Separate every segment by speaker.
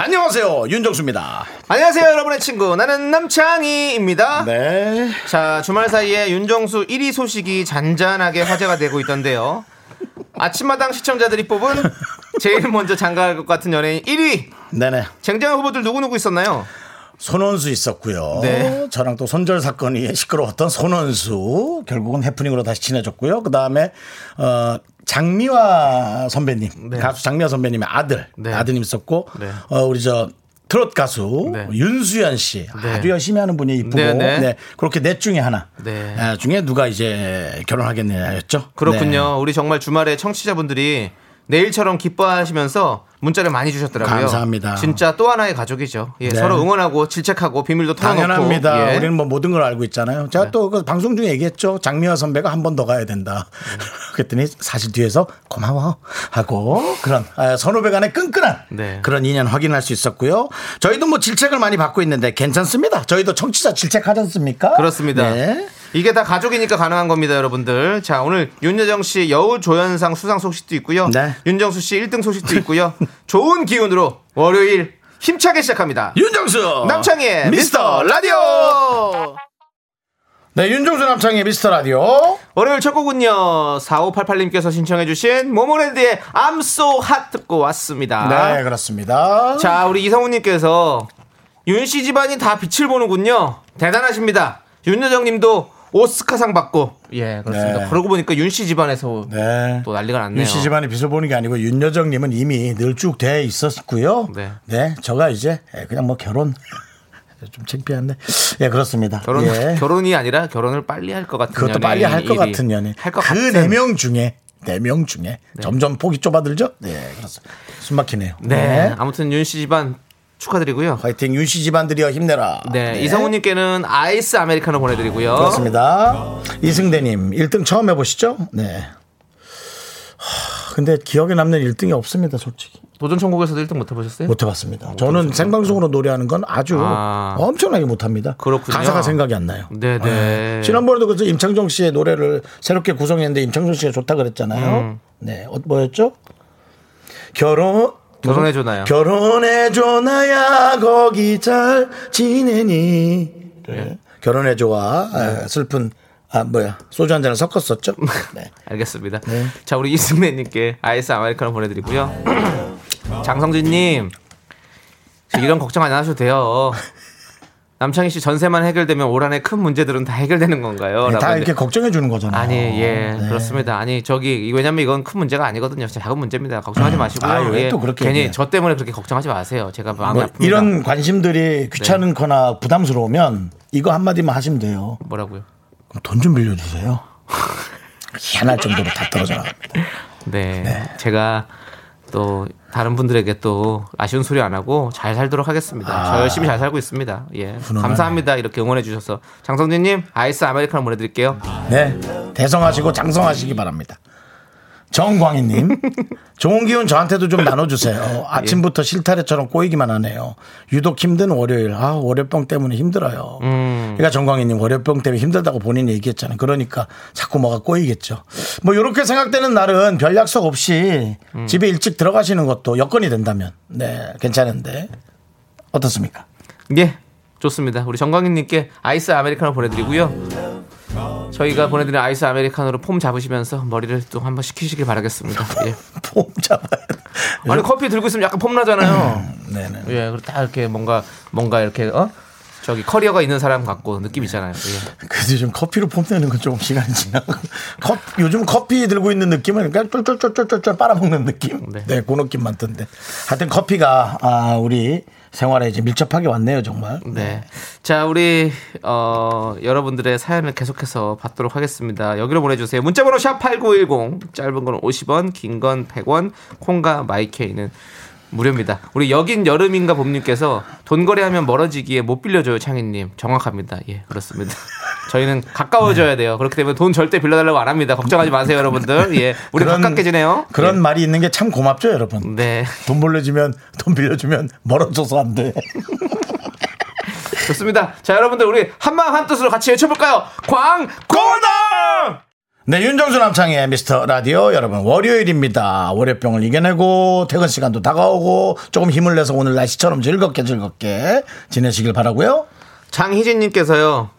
Speaker 1: 안녕하세요 윤정수입니다.
Speaker 2: 안녕하세요, 여러분의 친구. 나는 남창희입니다.
Speaker 1: 네.
Speaker 2: 자, 주말 사이에 윤정수 1위 소식이 잔잔하게 화제가 되고 있던데요. 아침마당 시청자들이 뽑은 제일 먼저 장가갈 것 같은 연예인 1위!
Speaker 1: 네네.
Speaker 2: 쟁쟁한 후보들 누구누구 있었나요?
Speaker 1: 손원수 있었고요.
Speaker 2: 네.
Speaker 1: 저랑 또 손절 사건이 시끄러웠던 손원수 결국은 해프닝으로 다시 친해졌고요. 그 다음에 어, 장미화 선배님
Speaker 2: 네.
Speaker 1: 가수 장미화 선배님의 아들
Speaker 2: 네.
Speaker 1: 아드님 있었고
Speaker 2: 네.
Speaker 1: 어, 우리 저 트롯 가수
Speaker 2: 네.
Speaker 1: 윤수연 씨
Speaker 2: 네.
Speaker 1: 아주 열심히 하는 분이 이쁘고
Speaker 2: 네,
Speaker 1: 네,
Speaker 2: 네.
Speaker 1: 그렇게 넷 중에 하나
Speaker 2: 네.
Speaker 1: 아, 중에 누가 이제 결혼하겠느냐였죠.
Speaker 2: 그렇군요.
Speaker 1: 네.
Speaker 2: 우리 정말 주말에 청취자분들이 내일처럼 기뻐하시면서 문자를 많이 주셨더라고요.
Speaker 1: 감사합니다.
Speaker 2: 진짜 또 하나의 가족이죠. 예,
Speaker 1: 네.
Speaker 2: 서로 응원하고 질책하고 비밀도
Speaker 1: 네.
Speaker 2: 털어놓고.
Speaker 1: 당연합니다.
Speaker 2: 예. 네.
Speaker 1: 우리는 뭐 모든 걸 알고 있잖아요. 제가 또그 방송 중에 얘기했죠. 장미화 선배가 한 번 더 가야 된다. 그랬더니 사실 뒤에서 고마워 하고 그런 아, 선후배 간의 끈끈한
Speaker 2: 네.
Speaker 1: 그런 인연 확인할 수 있었고요. 저희도 뭐 질책을 많이 받고 있는데 괜찮습니다. 저희도 청취자 질책하지 않습니까?
Speaker 2: 그렇습니다.
Speaker 1: 네.
Speaker 2: 이게 다 가족이니까 가능한 겁니다, 여러분들. 자, 오늘 윤여정 씨 여우 조연상 수상 소식도 있고요.
Speaker 1: 네.
Speaker 2: 윤정수 씨 1등 소식도 있고요. 좋은 기운으로 월요일 힘차게 시작합니다.
Speaker 1: 윤정수
Speaker 2: 남창희의 미스터 라디오!
Speaker 1: 네, 윤정수 남창희의 미스터 라디오.
Speaker 2: 월요일 첫 곡은요, 4588님께서 신청해주신 모모랜드의 I'm so hot 듣고 왔습니다.
Speaker 1: 네, 그렇습니다.
Speaker 2: 자, 우리 이성우님께서 윤 씨 집안이 다 빛을 보는군요. 대단하십니다. 윤여정님도 오스카상 받고 예 그렇습니다.
Speaker 1: 네.
Speaker 2: 그러고 보니까 윤 씨 집안에서
Speaker 1: 네.
Speaker 2: 또 난리가 났네요.
Speaker 1: 윤씨 집안이 빚을 보는 게 아니고 윤여정님은 이미 늘 쭉 돼 있었고요.
Speaker 2: 네.
Speaker 1: 네. 저가 이제 그냥 뭐 결혼 좀 창피한데 예 그렇습니다.
Speaker 2: 결혼
Speaker 1: 예.
Speaker 2: 결혼이 아니라 결혼을 빨리 할 것 같은
Speaker 1: 그것도 빨리 할 것 같은 연애.
Speaker 2: 할것
Speaker 1: 그
Speaker 2: 같은
Speaker 1: 네 명 중에 네 명 중에 점점 폭이 좁아들죠. 네 그렇습니다. 숨막히네요.
Speaker 2: 네. 아무튼 윤 씨 집안 축하드리고요.
Speaker 1: 화이팅 윤씨 집안들이여 힘내라.
Speaker 2: 네, 이성우님께는 아이스 아메리카노 보내드리고요.
Speaker 1: 그렇습니다. 이승대님 1등 처음 해보시죠? 네. 하, 근데 기억에 남는 1등이 없습니다, 솔직히.
Speaker 2: 도전 천국에서도 1등 못 네? 해보셨어요?
Speaker 1: 못 해봤습니다. 저는 생방송으로 노래하는 건 아주
Speaker 2: 아.
Speaker 1: 엄청나게 못합니다.
Speaker 2: 그렇군요.
Speaker 1: 가사가 생각이 안 나요.
Speaker 2: 네, 네.
Speaker 1: 지난번에도 그래서 임창정 씨의 노래를 새롭게 구성했는데 임창정 씨가 좋다 그랬잖아요.
Speaker 2: 음.
Speaker 1: 네, 어, 뭐였죠? 결혼
Speaker 2: 결혼해줘나요?
Speaker 1: 결혼해줘나야 거기 잘 지내니 네.
Speaker 2: 네.
Speaker 1: 결혼해줘와 아, 슬픈 아 뭐야 소주 한 잔을 섞었었죠. 네.
Speaker 2: 알겠습니다. 자, 우리 이승래님께 아이스 아메리카노 보내드리고요. 장성진님, 이런 걱정 안 하셔도 돼요. 남창희 씨 전세만 해결되면 올 한 해 큰 문제들은 다 해결되는 건가요? 라고
Speaker 1: 네, 다
Speaker 2: 했는데
Speaker 1: 이렇게 걱정해 주는 거잖아요.
Speaker 2: 아니, 예,
Speaker 1: 네.
Speaker 2: 그렇습니다. 아니, 저기, 왜냐면 이건 큰 문제가 아니거든요. 진짜 작은 문제입니다. 걱정하지
Speaker 1: 음.
Speaker 2: 마시고요.
Speaker 1: 아유, 왜
Speaker 2: 예,
Speaker 1: 또 그렇게
Speaker 2: 괜히
Speaker 1: 얘기해요?
Speaker 2: 저 때문에 그렇게 걱정하지 마세요. 제가 마음이
Speaker 1: 뭐
Speaker 2: 아픕니다.
Speaker 1: 이런 관심들이 귀찮거나 부담스러우면 이거 한마디만 하시면 돼요.
Speaker 2: 뭐라고요?
Speaker 1: 돈 좀 빌려주세요. 희한할 정도로 다 떨어져 나갑니다.
Speaker 2: 네, 제가 또 다른 분들에게 또 아쉬운 소리 안 하고 잘 살도록 하겠습니다. 저 열심히 잘 살고 있습니다. 예,
Speaker 1: 아. 훈훈하네.
Speaker 2: 감사합니다. 이렇게 응원해 주셔서 장성진님 아이스 아메리카노 보내드릴게요.
Speaker 1: 네. 대성하시고 장성하시기 바랍니다. 정광희님, 좋은 기운 저한테도 좀 나눠주세요. 어, 아침부터 실타래처럼 꼬이기만 하네요. 유독 힘든 월요일, 아, 월요병 때문에 힘들어요. 그러니까 정광희님, 월요병 때문에 힘들다고 본인이 얘기했잖아요. 그러니까 자꾸 뭐가 꼬이겠죠. 뭐, 이렇게 생각되는 날은 별 약속 없이 집에 일찍 들어가시는 것도 여건이 된다면, 네, 괜찮은데. 어떻습니까?
Speaker 2: 예, 좋습니다. 우리 정광희님께 아이스 아메리카노 보내드리고요. 저희가 보내드린 아이스 아메리카노로 폼 잡으시면서 머리를 또 한번 식히시길 바라겠습니다. 예.
Speaker 1: 폼 잡아야 돼.
Speaker 2: 아니 커피 들고 있으면 약간 폼 나잖아요.
Speaker 1: 네네.
Speaker 2: 예, 그리고 딱 이렇게 뭔가 뭔가 이렇게 어 저기 커리어가 있는 사람 같고 느낌 있잖아요. 예.
Speaker 1: 그래도 요즘 커피로 폼내는 건 조금 시간이 지나고 컵, 요즘 커피 들고 있는 느낌은 그냥 쫄쫄쫄쫄쫄 빨아먹는 느낌
Speaker 2: 네.
Speaker 1: 네, 그 느낌 많던데 하여튼 커피가 아, 우리 생활에 이제 밀접하게 왔네요 정말
Speaker 2: 네. 자, 우리, 어, 여러분들의 사연을 계속해서 받도록 하겠습니다. 여기로 보내주세요. 문자번호 샵8910. 짧은 건 50원, 긴 건 100원, 콩과 마이케이는 무료입니다. 우리 여긴 여름인가 봄님께서 돈거래하면 멀어지기에 못 빌려줘요, 창희님. 정확합니다. 예, 그렇습니다. 저희는 가까워져야 돼요. 그렇기 때문에 돈 절대 빌려달라고 안 합니다. 걱정하지 마세요, 여러분들. 예, 우리 가깝게 지내요.
Speaker 1: 그런 말이 있는 게 참 고맙죠, 여러분.
Speaker 2: 네,
Speaker 1: 돈 벌려주면 돈 빌려주면 멀어져서 안 돼.
Speaker 2: 좋습니다. 자, 여러분들 우리 한마음 한뜻으로 같이 외쳐볼까요? 광고나!
Speaker 1: 네, 윤정수 남창의 미스터 라디오 여러분 월요일입니다. 월요병을 이겨내고 퇴근 시간도 다가오고 조금 힘을 내서 오늘 날씨처럼 즐겁게 즐겁게 지내시길 바라고요.
Speaker 2: 장희진님께서요.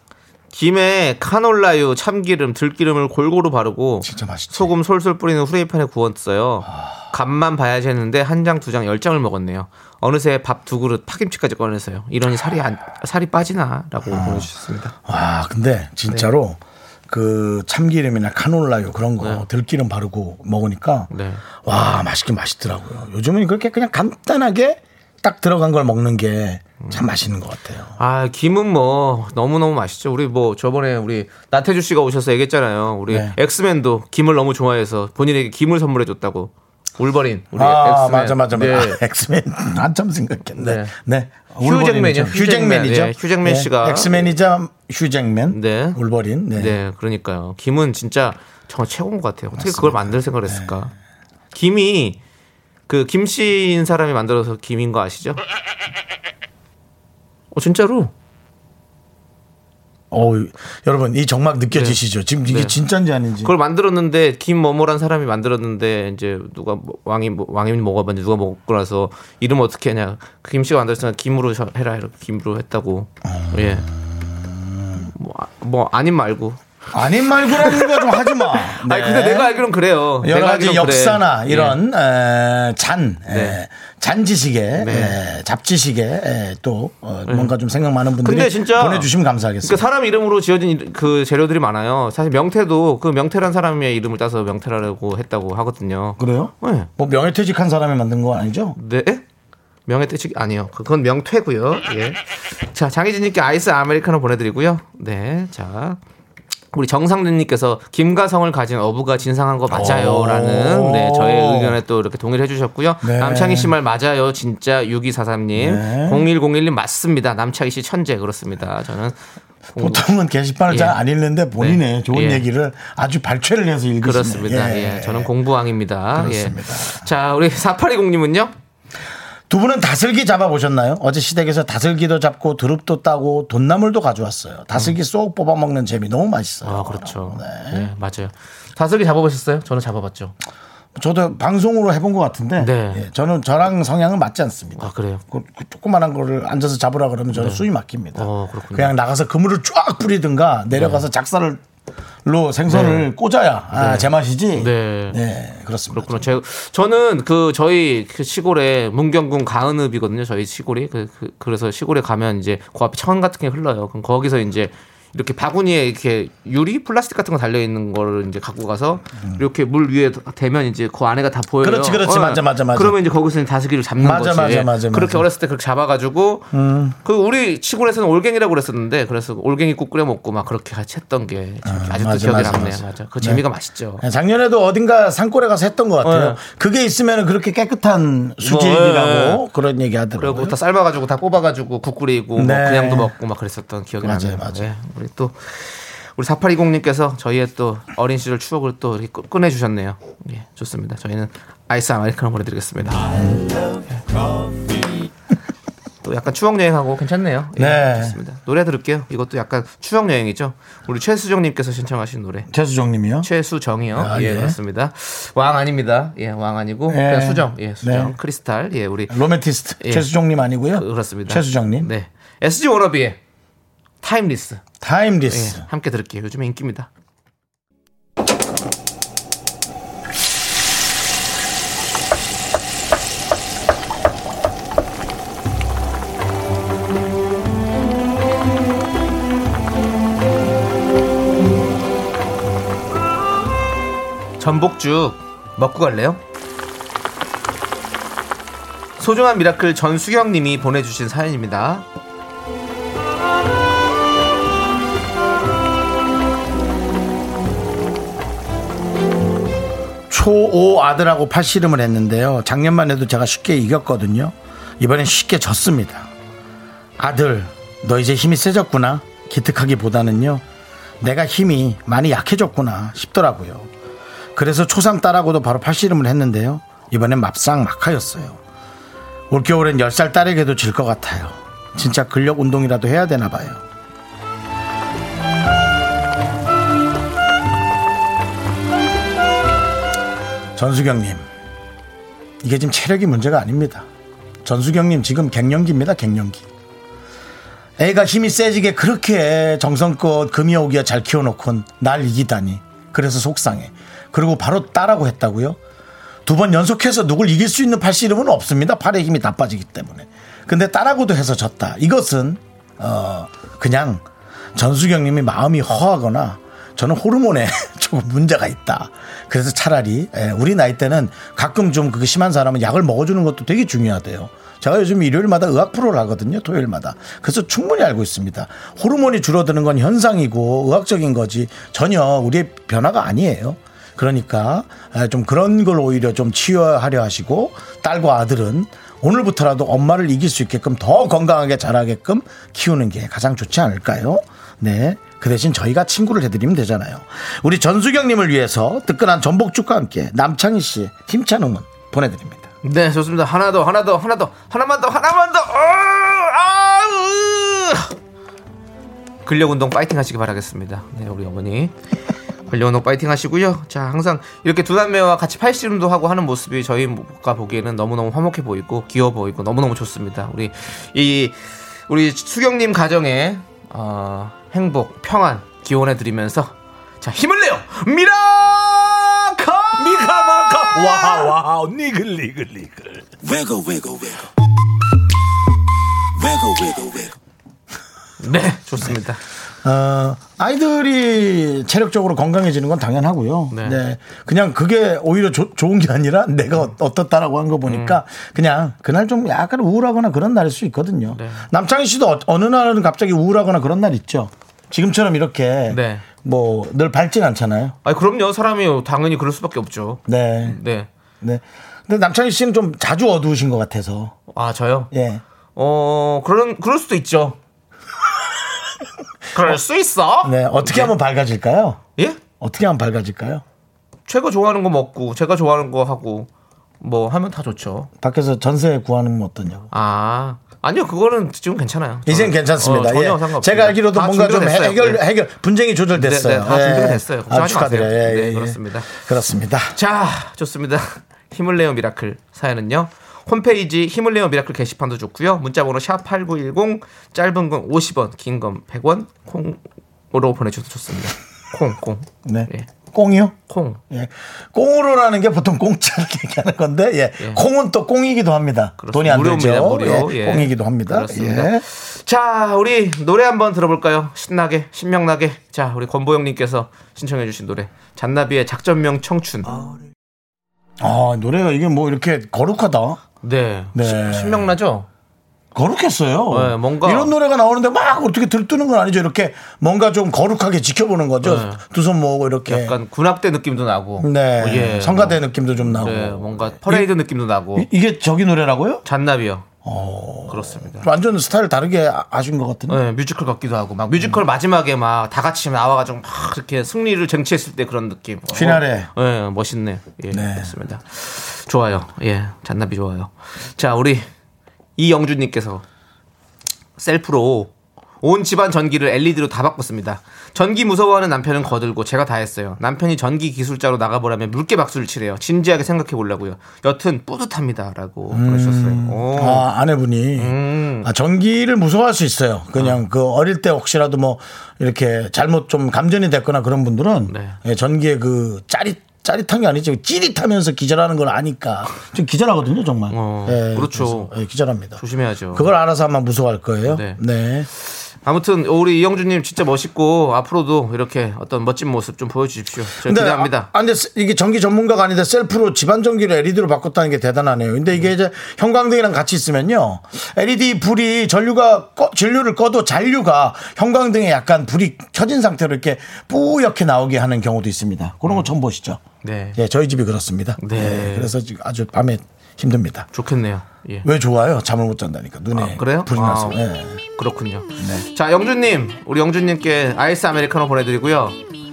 Speaker 2: 김에 카놀라유, 참기름, 들기름을 골고루 바르고
Speaker 1: 진짜 맛있지.
Speaker 2: 소금 솔솔 뿌리는 후라이팬에 구웠어요. 간만 봐야지 했는데 한 장, 두 장, 열 장을 먹었네요. 어느새 밥 두 그릇, 파김치까지 꺼내서요. 이러니 살이 안, 살이 빠지나라고
Speaker 1: 아.
Speaker 2: 보내주셨습니다.
Speaker 1: 와, 근데 진짜로
Speaker 2: 네.
Speaker 1: 그 참기름이나 카놀라유 그런 거 들기름 바르고 먹으니까
Speaker 2: 네.
Speaker 1: 와 맛있긴 맛있더라고요. 요즘은 그렇게 그냥 간단하게 딱 들어간 걸 먹는 게 참 맛있는 것 같아요.
Speaker 2: 아 김은 뭐 너무 너무 맛있죠. 우리 뭐 저번에 우리 나태주 씨가 오셔서 얘기했잖아요. 우리
Speaker 1: 네.
Speaker 2: 엑스맨도 김을 너무 좋아해서 본인에게 김을 선물해줬다고. 울버린 우리
Speaker 1: 아
Speaker 2: 엑스맨.
Speaker 1: 맞아 맞아 맞아.
Speaker 2: 네.
Speaker 1: 아, 엑스맨 한참 생각했네.
Speaker 2: 네.
Speaker 1: 네.
Speaker 2: 휴잭맨이요.
Speaker 1: 울버린이죠. 휴잭맨이죠.
Speaker 2: 네, 휴잭맨 씨가.
Speaker 1: 엑스맨이자 휴잭맨.
Speaker 2: 네.
Speaker 1: 울버린. 네.
Speaker 2: 네, 그러니까요. 김은 진짜 정말 최고인 것 같아요. 어떻게 그걸 만들 생각을 했을까?
Speaker 1: 네.
Speaker 2: 김이 그 김씨인 사람이 만들어서 김인 거 아시죠? 어 진짜로?
Speaker 1: 어우, 여러분 이 정막 느껴지시죠? 지금 이게
Speaker 2: 네.
Speaker 1: 진짜인지 아닌지.
Speaker 2: 그걸 만들었는데 김머모란 사람이 만들었는데 이제 누가 뭐- 왕이 뭐- 왕이 먹어봤는데 누가 먹고 나서 이름 어떻게 하냐? 그 김씨가 만들었으니까 김으로 저- 해라 이렇게 김으로 했다고. 예.
Speaker 1: 음.
Speaker 2: 뭐, 아- 뭐 아닌 말고.
Speaker 1: 아닌 말고라는 거 좀 하지 마.
Speaker 2: 아니 근데 내가 알기로는 그래요.
Speaker 1: 네. 여러
Speaker 2: 내가
Speaker 1: 가지
Speaker 2: 알기로는 어, 그래.
Speaker 1: 역사나
Speaker 2: 예. 네.
Speaker 1: 이런 에, 잔 에, 잔지식에 에, 잡지식에 에, 또 어, 뭔가 좀 생각 많은 분들이
Speaker 2: 음. 근데 진짜
Speaker 1: 보내주시면
Speaker 2: 그러니까
Speaker 1: 감사하겠습니다.
Speaker 2: 사람 이름으로 지어진 이- 그 재료들이 많아요. 사실 명태도 그 명태란 사람의 이름을 따서 명태라고 했다고 하거든요.
Speaker 1: 그래요
Speaker 2: 네.
Speaker 1: 뭐 명예퇴직한 사람이 만든 거 아니죠?
Speaker 2: 네? 명예퇴직 아니요. 그건 명퇴고요. 예. 자, 장희진님께 아이스 아메리카노 보내드리고요. 네, 자. 우리 정상준님께서 김가성을 가진 어부가 진상한 거
Speaker 1: 오.
Speaker 2: 맞아요라는 네, 저의 의견에 또 이렇게 동의를 해주셨고요.
Speaker 1: 네.
Speaker 2: 남창희 씨 말 맞아요, 진짜 6243님,
Speaker 1: 네.
Speaker 2: 0101님 맞습니다. 남창희 씨 천재 그렇습니다. 저는
Speaker 1: 보통은 게시판을
Speaker 2: 예.
Speaker 1: 잘 안 읽는데 본인의
Speaker 2: 네.
Speaker 1: 좋은
Speaker 2: 예.
Speaker 1: 얘기를 아주 발췌를 해서 읽으시네요.
Speaker 2: 그렇습니다. 예. 저는 공부왕입니다.
Speaker 1: 그렇습니다.
Speaker 2: 예. 자, 우리 4820님은요?
Speaker 1: 두 분은 다슬기 잡아보셨나요? 어제 시댁에서 다슬기도 잡고 두릅도 따고 돈나물도 가져왔어요. 다슬기 쏙 뽑아먹는 재미 너무 맛있어요.
Speaker 2: 음. 아, 그렇죠.
Speaker 1: 네.
Speaker 2: 네. 맞아요. 다슬기 잡아보셨어요? 저는 잡아봤죠.
Speaker 1: 저도 방송으로 해본 것 같은데
Speaker 2: 네.
Speaker 1: 예, 저는 저랑 성향은 맞지 않습니다.
Speaker 2: 아, 그래요?
Speaker 1: 그, 그 조그만한 거를 앉아서 잡으라 그러면 저는 수위 맡깁니다.
Speaker 2: 어, 그렇군요. 네.
Speaker 1: 그냥 나가서 그물을 쫙 뿌리든가 내려가서 작살로 생선을 꽂아야 아, 제맛이지.
Speaker 2: 네.
Speaker 1: 네, 그렇습니다.
Speaker 2: 그렇구나. 제, 저는 그 저희 그 시골에 문경군 가은읍이거든요. 저희 시골이 그, 그, 래서 시골에 가면 이제 그 앞에 천 같은 게 흘러요. 그럼 거기서 이제 이렇게 바구니에 이렇게 유리 플라스틱 같은 거 달려 있는 거를 이제 갖고 가서 이렇게 물 위에 대면 이제 그 안에가 다 보여요.
Speaker 1: 음.
Speaker 2: 어.
Speaker 1: 그렇지, 그렇지. 맞아, 맞아, 맞아.
Speaker 2: 그러면 이제 거기서 다스기를 잡는
Speaker 1: 맞아,
Speaker 2: 거지.
Speaker 1: 맞아, 맞아, 음.
Speaker 2: 그렇게
Speaker 1: 맞아.
Speaker 2: 어렸을 때 그렇게 잡아가지고 그 우리 시골에서는 올갱이라고 그랬었는데 그래서 올갱이국 끓여 먹고 막 그렇게 같이 했던 게 아직도
Speaker 1: 맞아,
Speaker 2: 기억에
Speaker 1: 맞아,
Speaker 2: 남네요.
Speaker 1: 맞아.
Speaker 2: 맞아. 그
Speaker 1: 네.
Speaker 2: 재미가 맛있죠.
Speaker 1: 작년에도 어딘가 산골에 가서 했던 것 같아요.
Speaker 2: 네.
Speaker 1: 그게 있으면 그렇게 깨끗한 수질이라고
Speaker 2: 네.
Speaker 1: 그런 얘기
Speaker 2: 그리고
Speaker 1: 하더라고요.
Speaker 2: 다 삶아가지고 다 뽑아가지고 국 끓이고 뭐
Speaker 1: 네.
Speaker 2: 그냥도 먹고 막 그랬었던 기억이
Speaker 1: 맞아요,
Speaker 2: 나네요.
Speaker 1: 맞아요.
Speaker 2: 네, 우리 또 우리 4820님께서 저희의 또 어린 시절 추억을 또 이렇게 꺼- 꺼내주셨네요. 예, 좋습니다. 저희는 아이스 아메리카노 보내드리겠습니다.
Speaker 1: 아.
Speaker 2: 예. 또 약간 추억 여행하고 괜찮네요. 예,
Speaker 1: 네.
Speaker 2: 좋습니다. 노래 들을게요. 이것도 약간 추억 여행이죠. 우리 최수정님께서 신청하신 노래.
Speaker 1: 최수정님이요.
Speaker 2: 최수정이요.
Speaker 1: 아,
Speaker 2: 예,
Speaker 1: 예.
Speaker 2: 그렇습니다. 왕 아닙니다. 예, 왕 아니고
Speaker 1: 예.
Speaker 2: 그냥 수정. 예, 수정.
Speaker 1: 네.
Speaker 2: 크리스탈. 예, 우리
Speaker 1: 로맨티스트
Speaker 2: 예.
Speaker 1: 최수정님 아니고요.
Speaker 2: 그- 그렇습니다.
Speaker 1: 최수정님.
Speaker 2: 네. SG 워너비의 타임리스.
Speaker 1: 타임리스.
Speaker 2: 예, 함께 들을게요. 요즘에 인기입니다. 전복죽 먹고 갈래요? 소중한 미라클 전수경님이 보내주신 사연입니다.
Speaker 1: 초오 아들하고 팔씨름을 했는데요. 작년만 해도 제가 쉽게 이겼거든요. 이번엔 쉽게 졌습니다. 아들, 너 이제 힘이 세졌구나. 기특하기보다는요. 내가 힘이 많이 약해졌구나 싶더라고요. 그래서 초삼 딸하고도 바로 팔씨름을 했는데요. 이번엔 맙상 막하였어요. 올겨울엔 10살 딸에게도 질 것 같아요. 진짜 근력 운동이라도 해야 되나 봐요. 전수경님, 이게 지금 체력이 문제가 아닙니다. 전수경님 지금 갱년기입니다, 갱년기. 애가 힘이 세지게 그렇게 정성껏 금이 오기야 잘 키워놓곤 날 이기다니. 그래서 속상해. 그리고 바로 따라고 했다고요? 두 번 연속해서 누굴 이길 수 있는 팔씨름은 없습니다. 팔의 힘이 다 빠지기 때문에. 근데 따라고도 해서 졌다. 이것은 어 그냥 전수경님이 마음이 허하거나 저는 호르몬에 조금 문제가 있다. 그래서 차라리 예, 우리 나이 때는 가끔 좀 그게 심한 사람은 약을 먹어주는 것도 되게 중요하대요. 제가 요즘 일요일마다 의학 프로를 하거든요. 토요일마다. 그래서 충분히 알고 있습니다. 호르몬이 줄어드는 건 현상이고 의학적인 거지 전혀 우리의 변화가 아니에요. 그러니까 에, 좀 그런 걸 오히려 좀 치유하려 하시고 딸과 아들은 오늘부터라도 엄마를 이길 수 있게끔 더 건강하게 자라게끔 키우는 게 가장 좋지 않을까요? 네. 그 대신 저희가 친구를 해드리면 되잖아요. 우리 전수경님을 위해서 뜨끈한 전복죽과 함께 남창희 씨 힘찬 응원 보내드립니다.
Speaker 2: 네, 좋습니다. 하나 더, 하나 더, 하나 더, 하나만 더, 하나만 더. 어, 아, 으. 근력 운동 파이팅 하시기 바라겠습니다. 네, 우리 어머니. 근력 운동 파이팅 하시고요. 자, 항상 이렇게 두 남매와 같이 팔씨름도 하고 하는 모습이 저희가 보기에는 너무너무 화목해 보이고 귀여워 보이고 너무너무 좋습니다. 우리 이 우리 수경님 가정에 어, 행복, 평안 기원해 드리면서 자, 힘을 내요. 미라카!
Speaker 3: 미카마카 와와 니글 니글 니글
Speaker 4: wiggle, wiggle, wiggle. Wiggle, wiggle, wiggle.
Speaker 2: 네, 좋습니다.
Speaker 1: 어, 아이들이 체력적으로 건강해지는 건 당연하고요. 네.
Speaker 2: 네.
Speaker 1: 그냥 그게 오히려 조- 좋은 게 아니라 내가 어- 어떻다라고 한 거 보니까 그냥 그날 좀 약간 우울하거나 그런 날일 수 있거든요.
Speaker 2: 네.
Speaker 1: 남창희 씨도 어- 어느 날은 갑자기 우울하거나 그런 날 있죠. 지금처럼 이렇게
Speaker 2: 네.
Speaker 1: 뭐 늘 밝진 않잖아요.
Speaker 2: 아 그럼요 사람이 당연히 그럴 수밖에 없죠.
Speaker 1: 네.
Speaker 2: 네.
Speaker 1: 네. 근데 남창희 씨는 좀 자주 어두우신 것 같아서.
Speaker 2: 아 저요?
Speaker 1: 예.
Speaker 2: 어 그런 그럴 수도 있죠. 그럴 수 있어.
Speaker 1: 네. 어떻게 하면 밝아질까요?
Speaker 2: 예?
Speaker 1: 어떻게 하면 밝아질까요?
Speaker 2: 최고 좋아하는 거 먹고 제가 좋아하는 거 하고 뭐 하면 다 좋죠.
Speaker 1: 밖에서 전세 구하는 건 어떠냐고.
Speaker 2: 아 아니요 그거는 지금 괜찮아요. 저는-
Speaker 1: 이젠 괜찮습니다.
Speaker 2: 어, 전혀
Speaker 1: 예.
Speaker 2: 상관없어요.
Speaker 1: 제가 알기로도
Speaker 2: 다
Speaker 1: 뭔가 좀
Speaker 2: 준비가 됐어요.
Speaker 1: 해결,
Speaker 2: 네.
Speaker 1: 해결, 분쟁이 조절됐어요. 예. 아,
Speaker 2: 네, 네, 다 준비가 됐어요. 걱정하지 마세요. 네, 그렇습니다.
Speaker 1: 그렇습니다.
Speaker 2: 자 좋습니다. 힘을 내요 미라클 사연은요. 홈페이지 힘을 내요 미라클 게시판도 좋고요. 문자번호 샵8910 짧은 건 50원 긴 건 100원 콩으로 보내주셔도 좋습니다. 콩 콩.
Speaker 1: 네.
Speaker 2: 예.
Speaker 1: 꽁이요?
Speaker 2: 콩.
Speaker 1: 예. 꽁으로라는 게 보통 공짜를 얘기하는 건데, 예.
Speaker 2: 예.
Speaker 1: 콩은 또 꽁이기도 합니다.
Speaker 2: 그렇습니다.
Speaker 1: 돈이 안
Speaker 2: 무료입니다,
Speaker 1: 되죠.
Speaker 2: 무료.
Speaker 1: 예.
Speaker 2: 예.
Speaker 1: 꽁이기도 합니다.
Speaker 2: 그렇습니다.
Speaker 1: 예.
Speaker 2: 자 우리 노래 한번 들어볼까요? 신나게 신명나게. 자 우리 권보영님께서 신청해주신 노래 잔나비의 작전명 청춘.
Speaker 1: 아, 노래가 이게 뭐 이렇게 거룩하다.
Speaker 2: 네.
Speaker 1: 네.
Speaker 2: 신- 신명나죠?
Speaker 1: 거룩했어요.
Speaker 2: 네, 뭔가-
Speaker 1: 이런 노래가 나오는데 막 어떻게 들뜨는 건 아니죠. 이렇게 뭔가 좀 거룩하게 지켜보는 거죠.
Speaker 2: 네.
Speaker 1: 두 손 모으고 이렇게.
Speaker 2: 약간 군악대 느낌도 나고.
Speaker 1: 네.
Speaker 2: 어, 예,
Speaker 1: 성가대
Speaker 2: 뭐,
Speaker 1: 느낌도 좀 나고.
Speaker 2: 네, 뭔가 퍼레이드 느낌도 나고.
Speaker 1: 이- 이게 저기 노래라고요?
Speaker 2: 잔나비요. 그렇습니다.
Speaker 1: 완전 스타일 다르게 아- 아신 것 같은데.
Speaker 2: 네, 뮤지컬 같기도 하고 막
Speaker 1: 음.
Speaker 2: 뮤지컬 마지막에 막 다 같이 나와가지고 막 이렇게 승리를 쟁취했을 때 그런 느낌. 어,
Speaker 1: 피날레.
Speaker 2: 네, 멋있네. 예,
Speaker 1: 네.
Speaker 2: 그렇습니다. 좋아요. 예, 잔나비 좋아요. 자, 우리 이영준님께서 셀프로 온 집안 전기를 LED로 다 바꿨습니다. 전기 무서워하는 남편은 거들고 제가 다 했어요. 남편이 전기 기술자로 나가보라며 물개 박수를 치래요. 진지하게 생각해 보려고요. 여튼 뿌듯합니다라고
Speaker 1: 음.
Speaker 2: 그러셨어요. 오.
Speaker 1: 아, 아내분이. 아, 전기를 무서워할 수 있어요. 그냥 그 어릴 때 혹시라도 뭐 이렇게 잘못 좀 감전이 됐거나 그런 분들은
Speaker 2: 네.
Speaker 1: 예, 전기에 그 짜릿, 짜릿한 게 아니지. 찌릿하면서 기절하는 걸 아니까. 좀 기절하거든요, 정말.
Speaker 2: 어,
Speaker 1: 예, 그래서,
Speaker 2: 그렇죠.
Speaker 1: 예, 기절합니다.
Speaker 2: 조심해야죠.
Speaker 1: 그걸 알아서 아마 무서워할 거예요. 네.
Speaker 2: 네. 아무튼 우리 이영주님 진짜 멋있고 앞으로도 이렇게 어떤 멋진 모습 좀 보여주십시오. 저 네, 기대합니다.
Speaker 1: 아, 아, 근데 세- 이게 전기 전문가가 아닌데 셀프로 집안 전기를 LED로 바꿨다는 게 대단하네요. 근데 이게 이제 형광등이랑 같이 있으면요. LED 불이 전류가 꺼, 전류를 꺼도 잔류가 형광등에 약간 불이 켜진 상태로 이렇게 뿌옇게 나오게 하는 경우도 있습니다. 그런 거 처음 보시죠?
Speaker 2: 네.
Speaker 1: 예, 저희 집이 그렇습니다.
Speaker 2: 네.
Speaker 1: 예, 그래서 지금 아주 밤에 힘듭니다.
Speaker 2: 좋겠네요. 예.
Speaker 1: 왜 좋아요? 잠을 못 잔다니까. 눈에
Speaker 2: 아, 그래요?
Speaker 1: 불이
Speaker 2: 아.
Speaker 1: 나서. 예.
Speaker 2: 그렇군요. 자, 영준님, 우리 영준님께 아이스 아메리카노 보내드리고요.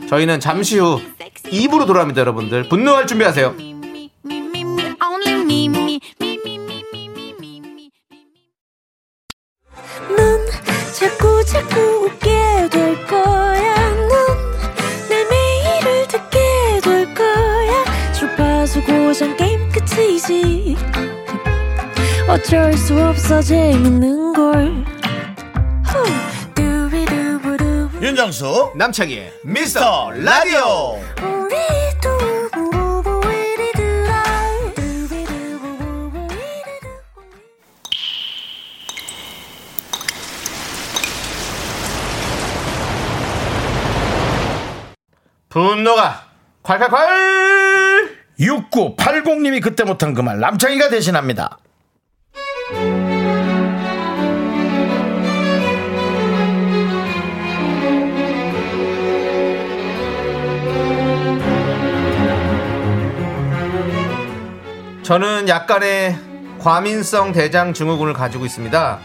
Speaker 2: 저희는 잠시 후 2부로 돌아옵니다, 여러분들. 분노할 준비하세요.
Speaker 5: Only me, me, me, me, me, me, me, me, me, me. 넌 자꾸 자꾸 웃게 될 거야. 넌내 매일을 듣게 될 거야. 주파수 고정 게임 끝이지. 어쩔 수 없어 재밌는 걸. 후. 두비두부두.
Speaker 1: 윤정수
Speaker 2: 남창희의 미스터 라디오!
Speaker 5: 우리 두부부부 우리 두라. 두비두부부부 우리 두부.
Speaker 2: 분노가 콸콸콸!
Speaker 1: 6980님이 그때 못한 그 말 남창희가 대신합니다.
Speaker 2: 저는 약간의 과민성 대장 증후군을 가지고 있습니다.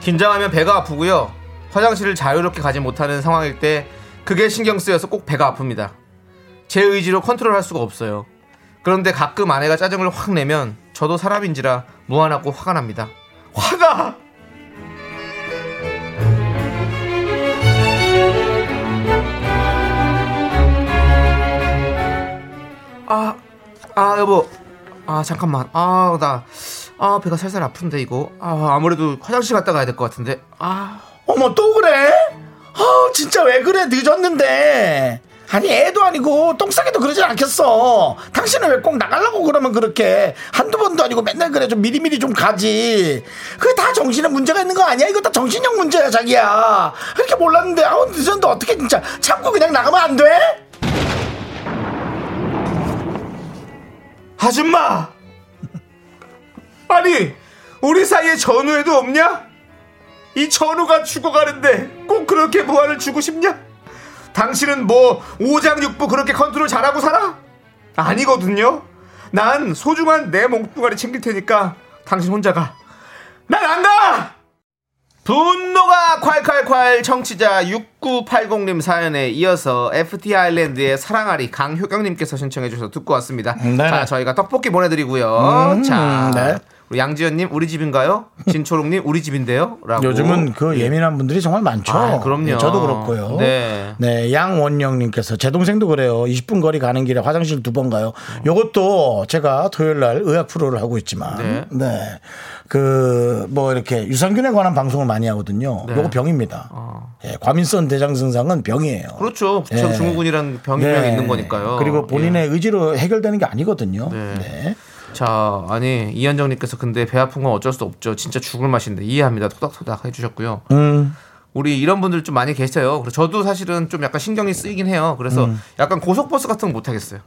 Speaker 2: 긴장하면 배가 아프고요. 화장실을 자유롭게 가지 못하는 상황일 때 그게 신경 쓰여서 꼭 배가 아픕니다. 제 의지로 컨트롤할 수가 없어요. 그런데 가끔 아내가 짜증을 확 내면 저도 사람인지라 무안하고 화가 납니다. 화가! 아, 아 여보 아 잠깐만 아 나 아, 배가 살살 아픈데 이거 아 아무래도 화장실 갔다 가야 될 것 같은데 아
Speaker 1: 어머 또 그래? 아 진짜 왜 그래 늦었는데 아니 애도 아니고 똥싸기도 그러진 않겠어 당신은 왜 꼭 나가려고 그러면 그렇게 한두 번도 아니고 맨날 그래 좀 미리미리 좀 가지 그게 다 정신에 문제가 있는 거 아니야 이거 다 정신력 문제야 자기야 그렇게 몰랐는데 아우 늦었는데 어떻게 진짜 참고 그냥 나가면 안 돼?
Speaker 2: 아줌마 아니 우리 사이에 전우에도 없냐 이 전우가 죽어가는데 꼭 그렇게 무안을 주고 싶냐 당신은 뭐 오장육부 그렇게 컨트롤 잘하고 살아 아니거든요 난 소중한 내 몸뚱아리 챙길 테니까 당신 혼자 가 난 안가 분노가 콸콸콸 청취자 6980님 사연에 이어서 FT 아일랜드의 사랑아리 강효경님께서 신청해 주셔서 듣고 왔습니다.
Speaker 1: 네.
Speaker 2: 자, 저희가 떡볶이 보내드리고요. 자,
Speaker 1: 네.
Speaker 2: 우리 양지연님 우리 집인가요? 진초롱님 우리 집인데요? 라고.
Speaker 1: 요즘은 그 예민한 분들이 정말 많죠. 예,
Speaker 2: 아, 그럼요.
Speaker 1: 저도 그렇고요.
Speaker 2: 네.
Speaker 1: 네, 양원영님께서 제 동생도 그래요. 20분 거리 가는 길에 화장실 두 번 가요. 요것도 제가 토요일 날 의학 프로를 하고 있지만, 네, 그 뭐 이렇게 유산균에 관한 방송을 많이 하거든요.
Speaker 2: 네.
Speaker 1: 요거 병입니다. 예, 과민성 대장 증상은 병이에요.
Speaker 2: 아. 그렇죠. 그렇죠.
Speaker 1: 예.
Speaker 2: 중후군이란 병이
Speaker 1: 네.
Speaker 2: 명 있는 거니까요. 예.
Speaker 1: 그리고 본인의 의지로 해결되는 게 아니거든요.
Speaker 2: 네.
Speaker 1: 네.
Speaker 2: 예. 자, 아니 이현정님께서 근데 배 아픈 건 어쩔 수 없죠. 진짜 죽을 맛인데 이해합니다. 토닥토닥 해주셨고요.
Speaker 1: 음.
Speaker 2: 우리 이런 분들 좀 많이 계세요. 그래서 저도 사실은 좀 약간 신경이 쓰이긴 해요. 그래서
Speaker 1: 음.
Speaker 2: 약간 고속버스 같은 거 못 타겠어요.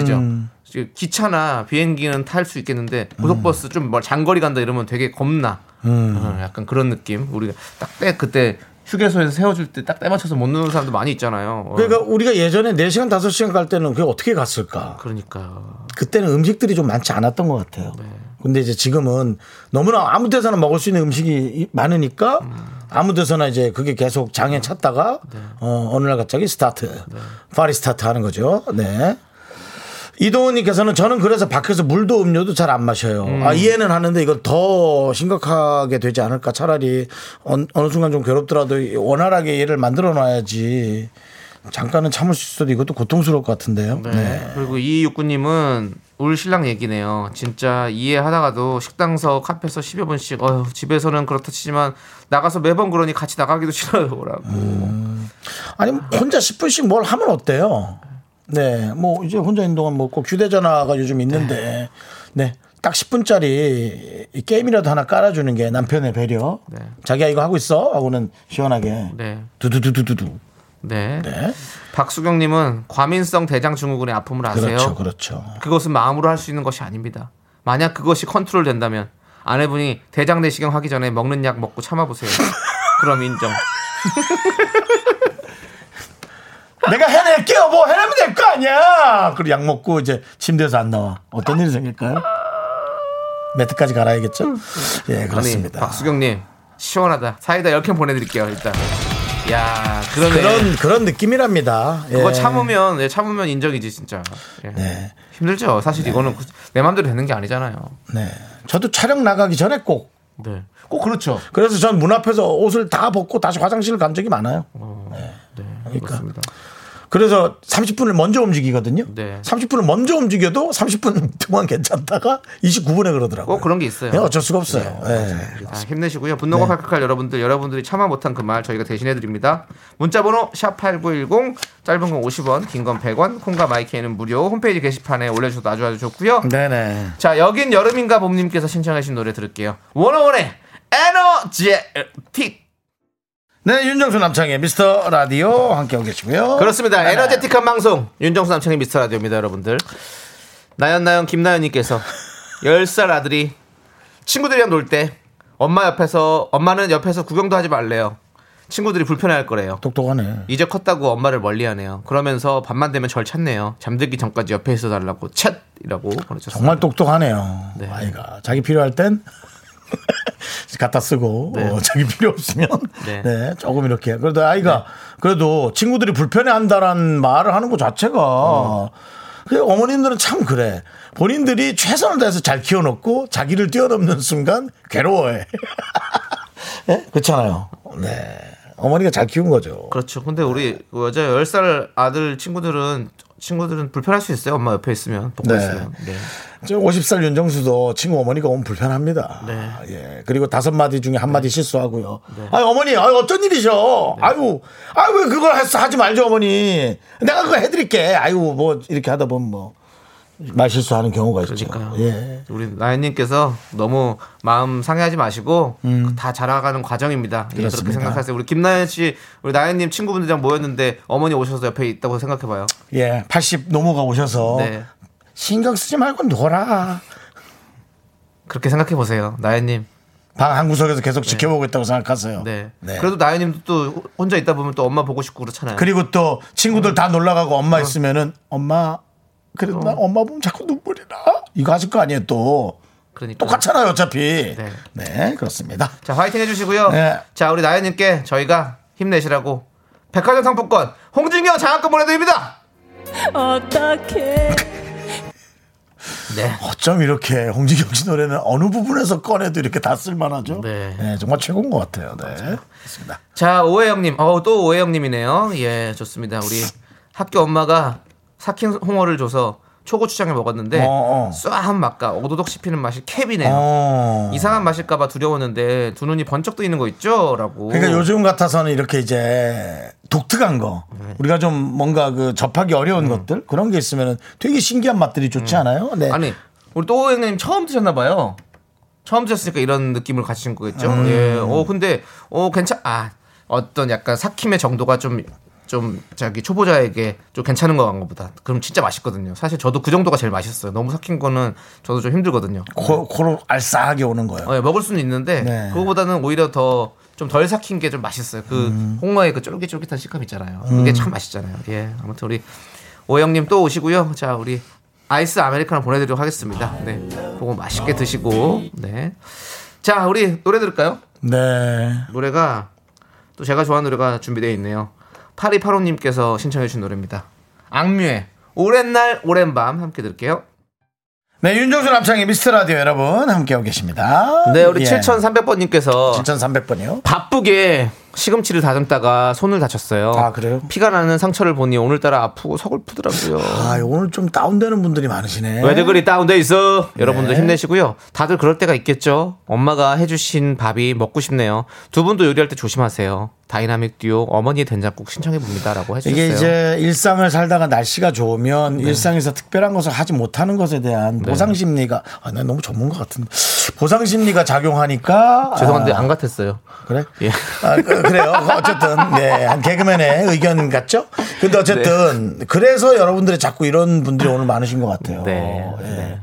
Speaker 2: 아시죠? 지금 기차나 비행기는 탈 수 있겠는데
Speaker 1: 음.
Speaker 2: 고속버스 좀뭐 장거리 간다 이러면 되게 겁나. 어, 약간 그런 느낌. 우리가 딱 때 그때 휴게소에서 세워줄 때 딱 때 맞춰서 못 누는 사람도 많이 있잖아요. 어,
Speaker 1: 그러니까 우리가 예전에 4시간, 5시간 갈 때는 그게 어떻게 갔을까?
Speaker 2: 그러니까요.
Speaker 1: 그때는 음식들이 좀 많지 않았던 것 같아요. 근데 이제 지금은 너무나 아무 데서나 먹을 수 있는 음식이 이- 많으니까 아무 데서나 이제 그게 계속 장에 찼다가 어, 어느 날 갑자기 스타트, 파리 스타트 하는 거죠. 네. 이동훈님께서는 저는 그래서 밖에서 물도 음료도 잘 안 마셔요. 아, 이해는 하는데 이걸 더 심각하게 되지 않을까. 차라리 어, 어느 순간 좀 괴롭더라도 이- 원활하게 얘를 만들어 놔야지. 잠깐은 참을 수 있어도 이것도 고통스러울 것 같은데요.
Speaker 2: 네.
Speaker 1: 네.
Speaker 2: 그리고 이 육구님은 울 신랑 얘기네요. 진짜 이해하다가도 식당서 카페서 10여 번씩 어휴, 집에서는 그렇다 치지만 나가서 매번 그러니 같이 나가기도 싫어요라고.
Speaker 1: 음. 아니 혼자 10분씩 뭘 하면 어때요? 네, 뭐 이제 혼자 있는 동안 뭐 꼭 휴대전화가 요즘 있는데, 네, 딱 10분짜리 게임이라도 하나 깔아주는 게 남편의 배려.
Speaker 2: 네.
Speaker 1: 자기야 이거 하고 있어? 하고는 시원하게
Speaker 2: 네.
Speaker 1: 두두두두두두.
Speaker 2: 네.
Speaker 1: 네.
Speaker 2: 박수경님은 과민성 대장 증후군의 아픔을 아세요?
Speaker 1: 그렇죠, 그렇죠.
Speaker 2: 그것은 마음으로 할 수 있는 것이 아닙니다. 만약 그것이 컨트롤 된다면 아내분이 대장 내시경 하기 전에 먹는 약 먹고 참아보세요. 그럼 인정.
Speaker 1: 내가 해낼게요. 뭐 해내면 될 거 아니야. 그리고 약 먹고 이제 침대에서 안 나와. 어떤 일이 생길까요? 매트까지 갈아야겠죠? 예, 그렇습니다.
Speaker 2: 아니, 박수경님 시원하다. 사이다 10캔 보내드릴게요 일단. 야 그러네.
Speaker 1: 그런 그런 느낌이랍니다. 예.
Speaker 2: 그거 참으면 예, 참으면 인정이지 진짜. 예.
Speaker 1: 네.
Speaker 2: 힘들죠. 사실 이거는 그- 내 마음대로 되는 게 아니잖아요.
Speaker 1: 네. 저도 촬영 나가기 전에 꼭
Speaker 2: 네. 꼭 그렇죠.
Speaker 1: 그래서 전 문 앞에서 옷을 다 벗고 다시 화장실 간 적이 많아요.
Speaker 2: 네.
Speaker 1: 그러니까.
Speaker 2: 그렇습니다
Speaker 1: 그래서 30분을 먼저 움직이거든요.
Speaker 2: 네.
Speaker 1: 30분을 먼저 움직여도 30분 동안 괜찮다가 29분에 그러더라고요.
Speaker 2: 꼭 그런 게 있어요.
Speaker 1: 네, 어쩔 수가 없어요. 예.
Speaker 2: 아, 힘내시고요. 분노가 칼칼칼 여러분들 여러분들이 참아 못한 그 말 저희가 대신해 드립니다. 문자 번호 샵8910 짧은 건 50원, 긴 건 100원. 콩과 마이크에는 무료. 홈페이지 게시판에 올려 주셔도 아주 아주 좋고요.
Speaker 1: 음. 네네.
Speaker 2: 자, 여긴 여름인가 봄님께서 신청해 주신 노래 들을게요. 원어원의 에너제틱.
Speaker 1: 네, 윤정수 남창의 미스터 라디오 함께하고 계시고요.
Speaker 2: 그렇습니다.
Speaker 1: 어? 아, 네네.
Speaker 2: 에너제틱한 방송. 윤정수 남창의 미스터 라디오입니다, 여러분들. 나연나연 김나연님께서 10살 아들이 친구들이랑 놀 때 엄마 옆에서, 엄마는 옆에서 구경도 하지 말래요. 친구들이 불편해할 거래요.
Speaker 1: 똑똑하네.
Speaker 2: 이제 컸다고 엄마를 멀리하네요. 그러면서 밤만 되면 절 찾네요. 잠들기 전까지 옆에 있어달라고 챗이라고 보내줬어요.
Speaker 1: 정말 똑똑하네요.
Speaker 2: 네.
Speaker 1: 아이가 자기 필요할 땐 갖다 쓰고
Speaker 2: 네.
Speaker 1: 어, 자기 필요 없으면 네.
Speaker 2: 네.
Speaker 1: 조금 이렇게 그래도 아이가 그래도 친구들이 불편해한다라는 말을 하는 것 자체가 그 어머님들은 참 그래 본인들이 최선을 다해서 잘 키워놓고 자기를 뛰어넘는 순간 괴로워해 예? 그렇잖아요 네 어머니가 잘 키운 거죠
Speaker 2: 그렇죠. 근데 우리 그 여자 10살 아들 친구들은 친구들은 불편할 수 있어요. 엄마 옆에 있으면 보고
Speaker 1: 네.
Speaker 2: 있으면. 네.
Speaker 1: 저 50살 윤정수도 친구 어머니가 오면 불편합니다.
Speaker 2: 네.
Speaker 1: 예. 그리고 다섯 마디 중에 한 마디 실수하고요. 아유, 어머니, 아유, 어쩐 일이셔?
Speaker 2: 네.
Speaker 1: 아유, 아유, 왜 그걸 했어? 하지 말죠, 어머니. 내가 그거 해드릴게. 아유, 뭐, 이렇게 하다 보면 뭐, 말 실수하는 경우가 있죠.
Speaker 2: 그러니까요.
Speaker 1: 예.
Speaker 2: 우리 나연님께서 너무 마음 상해하지 마시고 다 자라가는 과정입니다. 예, 그렇게
Speaker 1: 음. 그렇습니다.
Speaker 2: 생각하세요. 우리 김나연 씨, 우리 나연님 친구분들이랑 모였는데 어머니 오셔서 옆에 있다고 생각해봐요.
Speaker 1: 예. 80 노모가 오셔서
Speaker 2: 네.
Speaker 1: 신경 쓰지 말고 놀아.
Speaker 2: 그렇게 생각해보세요. 나연님.
Speaker 1: 방 한 구석에서 계속 지켜보고 있다고 생각하세요.
Speaker 2: 네.
Speaker 1: 네.
Speaker 2: 그래도 나연님도 또 혼자 있다 보면 또 엄마 보고 싶고 그렇잖아요.
Speaker 1: 그리고 또 친구들 다 놀러 가고 엄마 있으면은 엄마 그래도 난 엄마 보면 자꾸 눈물이 나 이거 하실 거 아니에요 또
Speaker 2: 그러니까.
Speaker 1: 똑같잖아요 어차피 네,
Speaker 2: 네.
Speaker 1: 그렇습니다
Speaker 2: 자, 화이팅 해주시고요.
Speaker 1: 네.
Speaker 2: 자, 우리 나연님께 저희가 힘내시라고 백화점 상품권 홍진경 장학금 보내드립니다.
Speaker 6: 어떡해
Speaker 2: 네.
Speaker 1: 어쩜 이렇게 홍진경 씨 노래는 어느 부분에서 꺼내도 이렇게 다 쓸만하죠 네,
Speaker 2: 네.
Speaker 1: 정말 최고인 것 같아요 네 그렇습니다
Speaker 2: 자, 오해영님. 어, 또 오해영님이네요. 예, 좋습니다. 우리 학교 엄마가 삭힌 홍어를 줘서 초고추장에 먹었는데
Speaker 1: 어, 어.
Speaker 2: 쏴한 맛과 오도독 씹히는 맛이 캡이네요.
Speaker 1: 어.
Speaker 2: 이상한 맛일까봐 두려웠는데 두 눈이 번쩍 뜨이는 거 있죠?라고.
Speaker 1: 그러니까 요즘 같아서는 이렇게 이제 독특한 거 우리가 좀 뭔가 그 접하기 어려운 것들 그런 게 있으면은 되게 신기한 맛들이 좋지 않아요 네
Speaker 2: 아니 우리 또 오해영님 처음 드셨나봐요. 처음 드셨으니까 이런 느낌을 가지신 거겠죠. 예. 어 근데 어 괜찮. 아 어떤 약간 삭힘의 정도가 좀. 좀 자기 초보자에게 좀 괜찮은 거 같은 것보다 그럼 진짜 맛있거든요. 사실 저도 그 정도가 제일 맛있어요. 너무 삭힌 거는 저도 좀 힘들거든요.
Speaker 1: 코, 코로 알싸하게 오는 거예요
Speaker 2: 어, 예, 먹을 수는 있는데
Speaker 1: 네.
Speaker 2: 그거보다는 오히려 더 좀 덜 삭힌 게 좀 맛있어요. 그 홍어의 그 쫄깃쫄깃한 식감 있잖아요. 그게 참 맛있잖아요. 예, 아무튼 우리 오영님 또 오시고요. 자, 우리 아이스 아메리카노 보내드리도록 하겠습니다. 네, 그거 맛있게 드시고 네. 자, 우리 노래 들을까요?
Speaker 1: 네
Speaker 2: 노래가 또 제가 좋아하는 노래가 준비되어 있네요. 8285님께서 신청해주신 노래입니다. 악뮤의 오랜 날 오랜 밤 함께 들을게요.
Speaker 1: 네, 윤정수 남창의 미스터 라디오 여러분 함께하고 계십니다. 예,
Speaker 2: 네, 우리 7300번님께서
Speaker 1: 7,300번이요.
Speaker 2: 바쁘게 시금치를 다듬다가 손을 다쳤어요.
Speaker 1: 아, 그래요?
Speaker 2: 피가 나는 상처를 보니 오늘따라 아프고 서글프더라고요.
Speaker 1: 아, 오늘 좀 다운되는 분들이 많으시네. 네.
Speaker 2: 왜들 그리 다운돼 있어? 여러분도 힘내시고요. 다들 그럴 때가 있겠죠. 엄마가 해주신 밥이 먹고 싶네요. 두 분도 요리할 때 조심하세요. 다이나믹 듀오 어머니 된장국 신청해 봅니다라고 해주셨어요.
Speaker 1: 이게 이제 일상을 살다가 날씨가 좋으면
Speaker 2: 네.
Speaker 1: 일상에서 특별한 것을 하지 못하는 것에 대한 보상 심리가 아, 난 너무 전문가 같은데 보상 심리가 작용하니까
Speaker 2: 죄송한데
Speaker 1: 아,
Speaker 2: 안 같았어요.
Speaker 1: 그래?
Speaker 2: 예.
Speaker 1: 아, 그- 그래요. 어쨌든 네, 한 개그맨의 의견 같죠? 근데 어쨌든 그래서 여러분들이 자꾸 이런 분들이 오늘 많으신 것 같아요.
Speaker 2: 네,
Speaker 1: 예.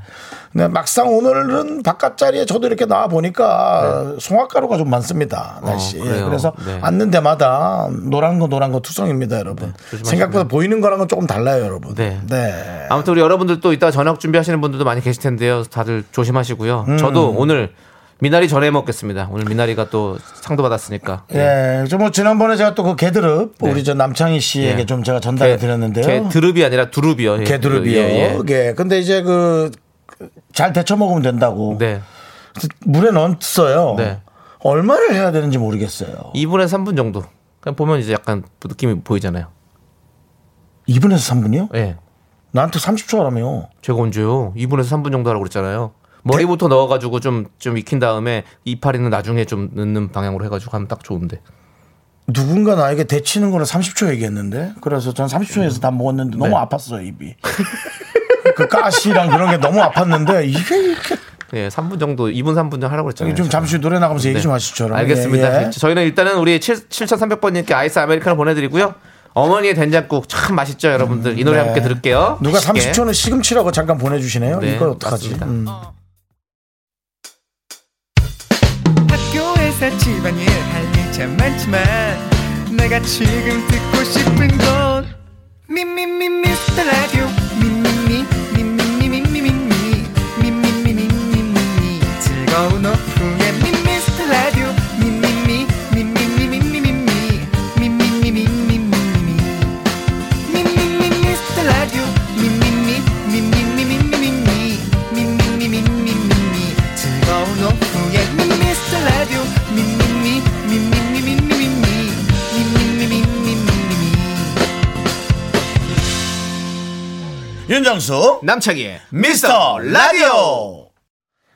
Speaker 1: 근데 막상 오늘은 바깥 자리에 저도 이렇게 나와 보니까 송화가루가 좀 많습니다 날씨. 예,
Speaker 2: 네. 그래요.
Speaker 1: 그래서
Speaker 2: 네.
Speaker 1: 앉는 데마다 노란 거 노란 거 투성입니다, 여러분. 생각보다 보이는 거랑은 조금 달라요, 여러분.
Speaker 2: 네. 아무튼 우리 여러분들 또 이따 저녁 준비하시는 분들도 많이 계실 텐데요. 다들 조심하시고요. 저도
Speaker 1: 음.
Speaker 2: 오늘 미나리 전에 먹겠습니다. 오늘 미나리가 또 상도 받았으니까.
Speaker 1: 예, 좀뭐 지난번에 제가 또 그 개드릅
Speaker 2: 네.
Speaker 1: 우리 저 남창희 씨에게
Speaker 2: 예.
Speaker 1: 좀 제가 전달해 드렸는데요.
Speaker 2: 개 드릅이 아니라 두릅이요. 예.
Speaker 1: 개두릅이요.
Speaker 2: 예, 예.
Speaker 1: 예. 근데 이제 그 잘 데쳐 먹으면 된다고
Speaker 2: 네.
Speaker 1: 물에 넣었어요.
Speaker 2: 네.
Speaker 1: 얼마를 해야 되는지 모르겠어요.
Speaker 2: 2분에서 3분 정도. 그냥 보면 이제 약간 느낌이 보이잖아요.
Speaker 1: 2분에서 3분이요?
Speaker 2: 예.
Speaker 1: 나한테 30초라며.
Speaker 2: 제가 언제요? 2분에서 3분 정도 하라고 그랬잖아요. 머리부터 넣어가지고 좀, 좀 익힌 다음에 이파리는 나중에 좀 넣는 방향으로 해가지고 하면 딱 좋은데.
Speaker 1: 누군가 나에게 데치는 거를 30초 얘기했는데 그래서 전 30초에서 다 먹었는데
Speaker 2: 네.
Speaker 1: 너무 아팠어요 입이. 그 가시랑 그런 게 너무 아팠는데 이게 이렇게
Speaker 2: 예, 3분 정도, 2분, 3분 정도 하라고 그랬잖아요.
Speaker 1: 좀 잠시 노래 나가면서 얘기 좀 하시죠. 여러분.
Speaker 2: 네, 알겠습니다. 그렇죠.
Speaker 1: 예, 예.
Speaker 2: 저희는 일단은 우리 7, 7300번님께 아이스 아메리카노 보내드리고요. 어머니의 된장국 참 맛있죠, 여러분들. 이 노래
Speaker 1: 네.
Speaker 2: 함께 들을게요.
Speaker 1: 누가
Speaker 2: 맛있게.
Speaker 1: 30초는 시금치라고 잠깐 보내주시네요.
Speaker 2: 네,
Speaker 1: 이걸 어떡하지?
Speaker 2: 맞습니다.
Speaker 1: 음.
Speaker 7: 학교에서 집안일 할 일 참 많지만 내가 지금 듣고 싶은 건 미미미 미스터 라디오 미미미 미미미 미미미 미미미 미미미 미미미 즐거운 오후에 미미스터 라디오 미미미 미미미 미미미 미미미 미미미 미미미
Speaker 1: 윤정수
Speaker 2: 남창희의
Speaker 1: 미스터 라디오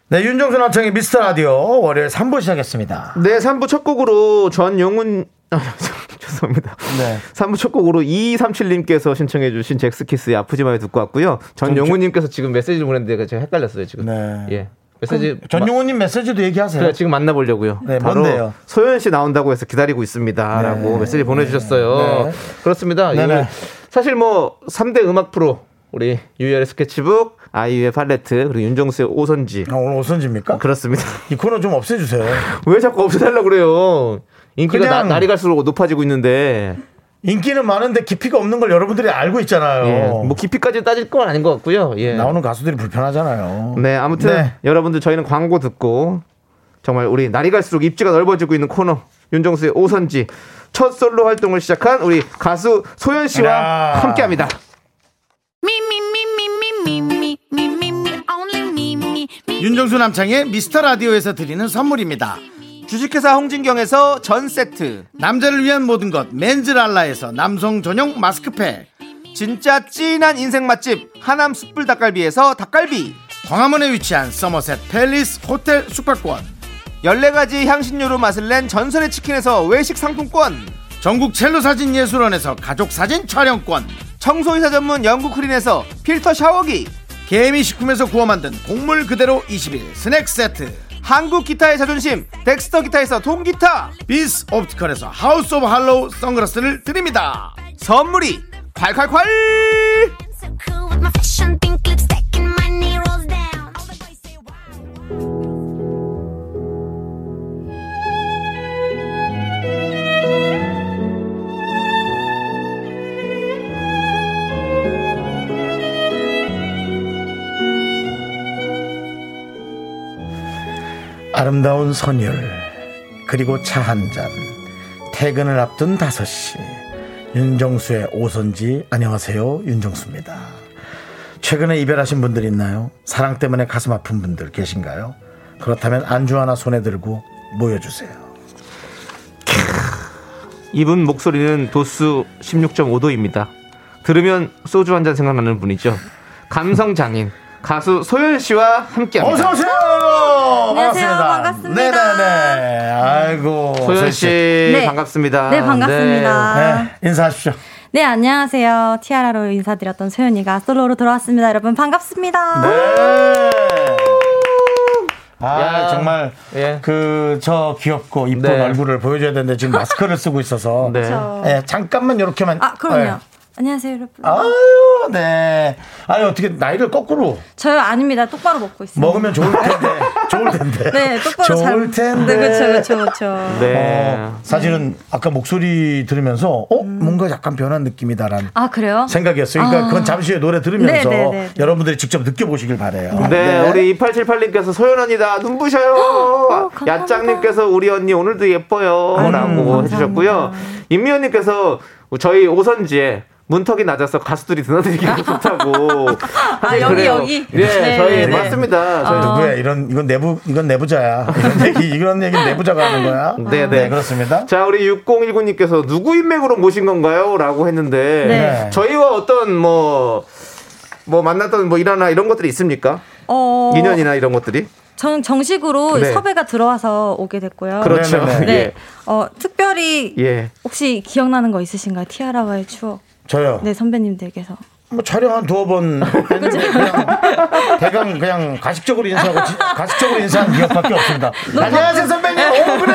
Speaker 1: 네 윤정수 남창의 미스터 라디오 월요일 3부 시작했습니다
Speaker 2: 네, 3부 첫 곡으로 전용훈 아, 죄송합니다.
Speaker 1: 네.
Speaker 2: 3부 첫 곡으로 2237님께서 신청해 주신 잭스키스의 아프지마에 듣고 왔고요. 전용훈 님께서 지금 메시지를 보냈는데 제가 제가 헷갈렸어요, 지금.
Speaker 1: 네.
Speaker 2: 예. 메시지
Speaker 1: 전용호님 메시지도 얘기하세요
Speaker 2: 제가 지금 만나보려고요.
Speaker 1: 네,
Speaker 2: 바로
Speaker 1: 뭔데요?
Speaker 2: 소연 씨 나온다고 해서 기다리고 있습니다라고
Speaker 1: 네.
Speaker 2: 메시지 보내주셨어요.
Speaker 1: 네.
Speaker 2: 그렇습니다.
Speaker 1: 네네.
Speaker 2: 이거는 사실 뭐 3대 음악 프로 우리 유열의 스케치북, 아이유의 팔레트, 그리고 윤정수의 오선지.
Speaker 1: 아, 오늘 오선지입니까?
Speaker 2: 그렇습니다.
Speaker 1: 이 코너 좀 없애주세요
Speaker 2: 왜 자꾸 없애달라 그래요? 인기가
Speaker 1: 그냥-
Speaker 2: 나- 날이 갈수록 높아지고 있는데
Speaker 1: 인기는 많은데 깊이가 없는 걸 여러분들이 알고 있잖아요
Speaker 2: 예, 뭐 깊이까지 따질 건 아닌 것 같고요. 예.
Speaker 1: 어. 나오는 가수들이 불편하잖아요
Speaker 2: 네 아무튼
Speaker 1: 네.
Speaker 2: 여러분들 저희는 광고 듣고 정말 우리 날이 갈수록 입지가 넓어지고 있는 코너 윤정수의 오선지 첫 솔로 활동을 시작한 우리 가수 소연 씨와
Speaker 1: 야.
Speaker 2: 함께합니다.
Speaker 5: Me, me, me, me, me, me, me, me, me, me, only me, me, me.
Speaker 1: 윤정수 남창의 미스터 라디오에서 드리는 선물입니다
Speaker 2: 주식회사 홍진경에서 전 세트
Speaker 1: 남자를 위한 모든 것 맨즈랄라에서 남성 전용 마스크팩
Speaker 2: 진짜 찐한 인생 맛집 하남 숯불 닭갈비에서 닭갈비
Speaker 1: 광화문에 위치한 서머셋 팰리스 호텔 숙박권
Speaker 2: 14가지 향신료로 맛을 낸 전설의 치킨에서 외식 상품권
Speaker 1: 전국 첼로 사진 예술원에서 가족 사진 촬영권
Speaker 2: 청소이사 전문 영국 크린에서 필터 샤워기
Speaker 1: 개미식품에서 구워 만든 곡물 그대로 20일 스낵 세트
Speaker 2: 한국 기타의 자존심 덱스터 기타에서 통기타
Speaker 1: 비스 옵티컬에서 하우스 오브 할로우 선글라스를 드립니다
Speaker 2: 선물이 콸콸콸
Speaker 5: I'm so cool with my fashion, pink lipstick, and my knee rolls down. All the boys say, wow, wow.
Speaker 1: 아름다운 선율 그리고 차 한 잔 퇴근을 앞둔 5시 윤정수의 오선지 안녕하세요 윤정수입니다 최근에 이별하신 분들 있나요? 사랑 때문에 가슴 아픈 분들 계신가요? 그렇다면 안주 하나 손에 들고 모여주세요
Speaker 2: 이분 목소리는 도수 16.5도입니다 들으면 소주 한 잔 생각나는 분이죠 감성 장인 가수 소연 씨와 함께합니다.
Speaker 1: 어서 오세요.
Speaker 8: 안녕하세요. 반갑습니다.
Speaker 1: 네네네. 아이고
Speaker 2: 소연 씨
Speaker 8: 네.
Speaker 2: 반갑습니다.
Speaker 8: 네, 반갑습니다.
Speaker 1: 네, 인사하십시오.
Speaker 8: 네, 안녕하세요. 티아라로 인사드렸던 소연이가 솔로로 돌아왔습니다. 여러분, 반갑습니다.
Speaker 1: 네. 아
Speaker 2: 야.
Speaker 1: 정말
Speaker 2: 예.
Speaker 1: 그 저 귀엽고 이쁜
Speaker 2: 네.
Speaker 1: 얼굴을 보여줘야 되는데 지금 마스크를 쓰고 있어서
Speaker 2: 네.
Speaker 8: 저-
Speaker 1: 예, 잠깐만 이렇게만
Speaker 8: 아, 그럼요.
Speaker 1: 예.
Speaker 8: 안녕하세요, 여러분.
Speaker 1: 아유 네 아니 어떻게 나이를 거꾸로
Speaker 8: 저요, 아닙니다. 똑바로 먹고 있습니다.
Speaker 1: 먹으면 좋을 텐데 좋을 텐데
Speaker 8: 네, 똑바로 잘.
Speaker 1: 좋을 텐데
Speaker 8: 네, 그쵸, 그쵸, 그쵸.
Speaker 2: 네.
Speaker 1: 어, 사실은 아까 목소리 들으면서 어
Speaker 8: 음.
Speaker 1: 뭔가 약간 변한 느낌이다라는
Speaker 8: 아, 그래요?
Speaker 1: 생각이었어요. 그러니까 그건 잠시 후에 노래 들으면서
Speaker 8: 아. 네, 네, 네, 네.
Speaker 1: 여러분들이 직접 느껴보시길 바래요.
Speaker 2: 네, 우리 2878님께서 소연 언니다 눈부셔요.
Speaker 8: 어, 감사합니다.
Speaker 2: 야짱님께서 우리 언니 오늘도 예뻐요라고 해주셨고요. 임미연님께서 저희 오선지에 문턱이 낮아서 가수들이 드나들기가 좋다고. 사실
Speaker 8: 아, 여기,
Speaker 2: 그래요.
Speaker 8: 여기?
Speaker 2: 예,
Speaker 8: 네,
Speaker 2: 저희
Speaker 8: 네, 네.
Speaker 2: 맞습니다. 저희
Speaker 1: 아. 누구야 이런 이건 내부 이건 내부자야 이런 얘기 이런 얘기 내부자가 하는 거야.
Speaker 2: 네, 네.
Speaker 1: 그렇습니다.
Speaker 2: 자, 우리 6019님께서 누구 인맥으로 모신 건가요? 라고 했는데,
Speaker 1: 네.
Speaker 2: 저희와 어떤 뭐, 뭐 만났던 뭐 일화나 이런 것들이 있습니까?
Speaker 8: 어,
Speaker 2: 인연이나 이런 것들이?
Speaker 8: 저는 정식으로
Speaker 2: 네.
Speaker 8: 섭외가 들어와서 오게 됐고요.
Speaker 2: 그렇죠.
Speaker 1: 네,
Speaker 8: 네.
Speaker 1: 네,
Speaker 8: 어, 특별히
Speaker 2: 예. 예.
Speaker 8: 혹시 기억나는 거 있으신가요? 티아라와의 추억.
Speaker 1: 저요.
Speaker 8: 네, 선배님들께서.
Speaker 1: 뭐 촬영 한 두어 번 했는데 그냥 대강 그냥 가식적으로 인사하고 지- 가식적으로 인사한 기억밖에 없습니다. 안녕하세요 선배님. 오 그래.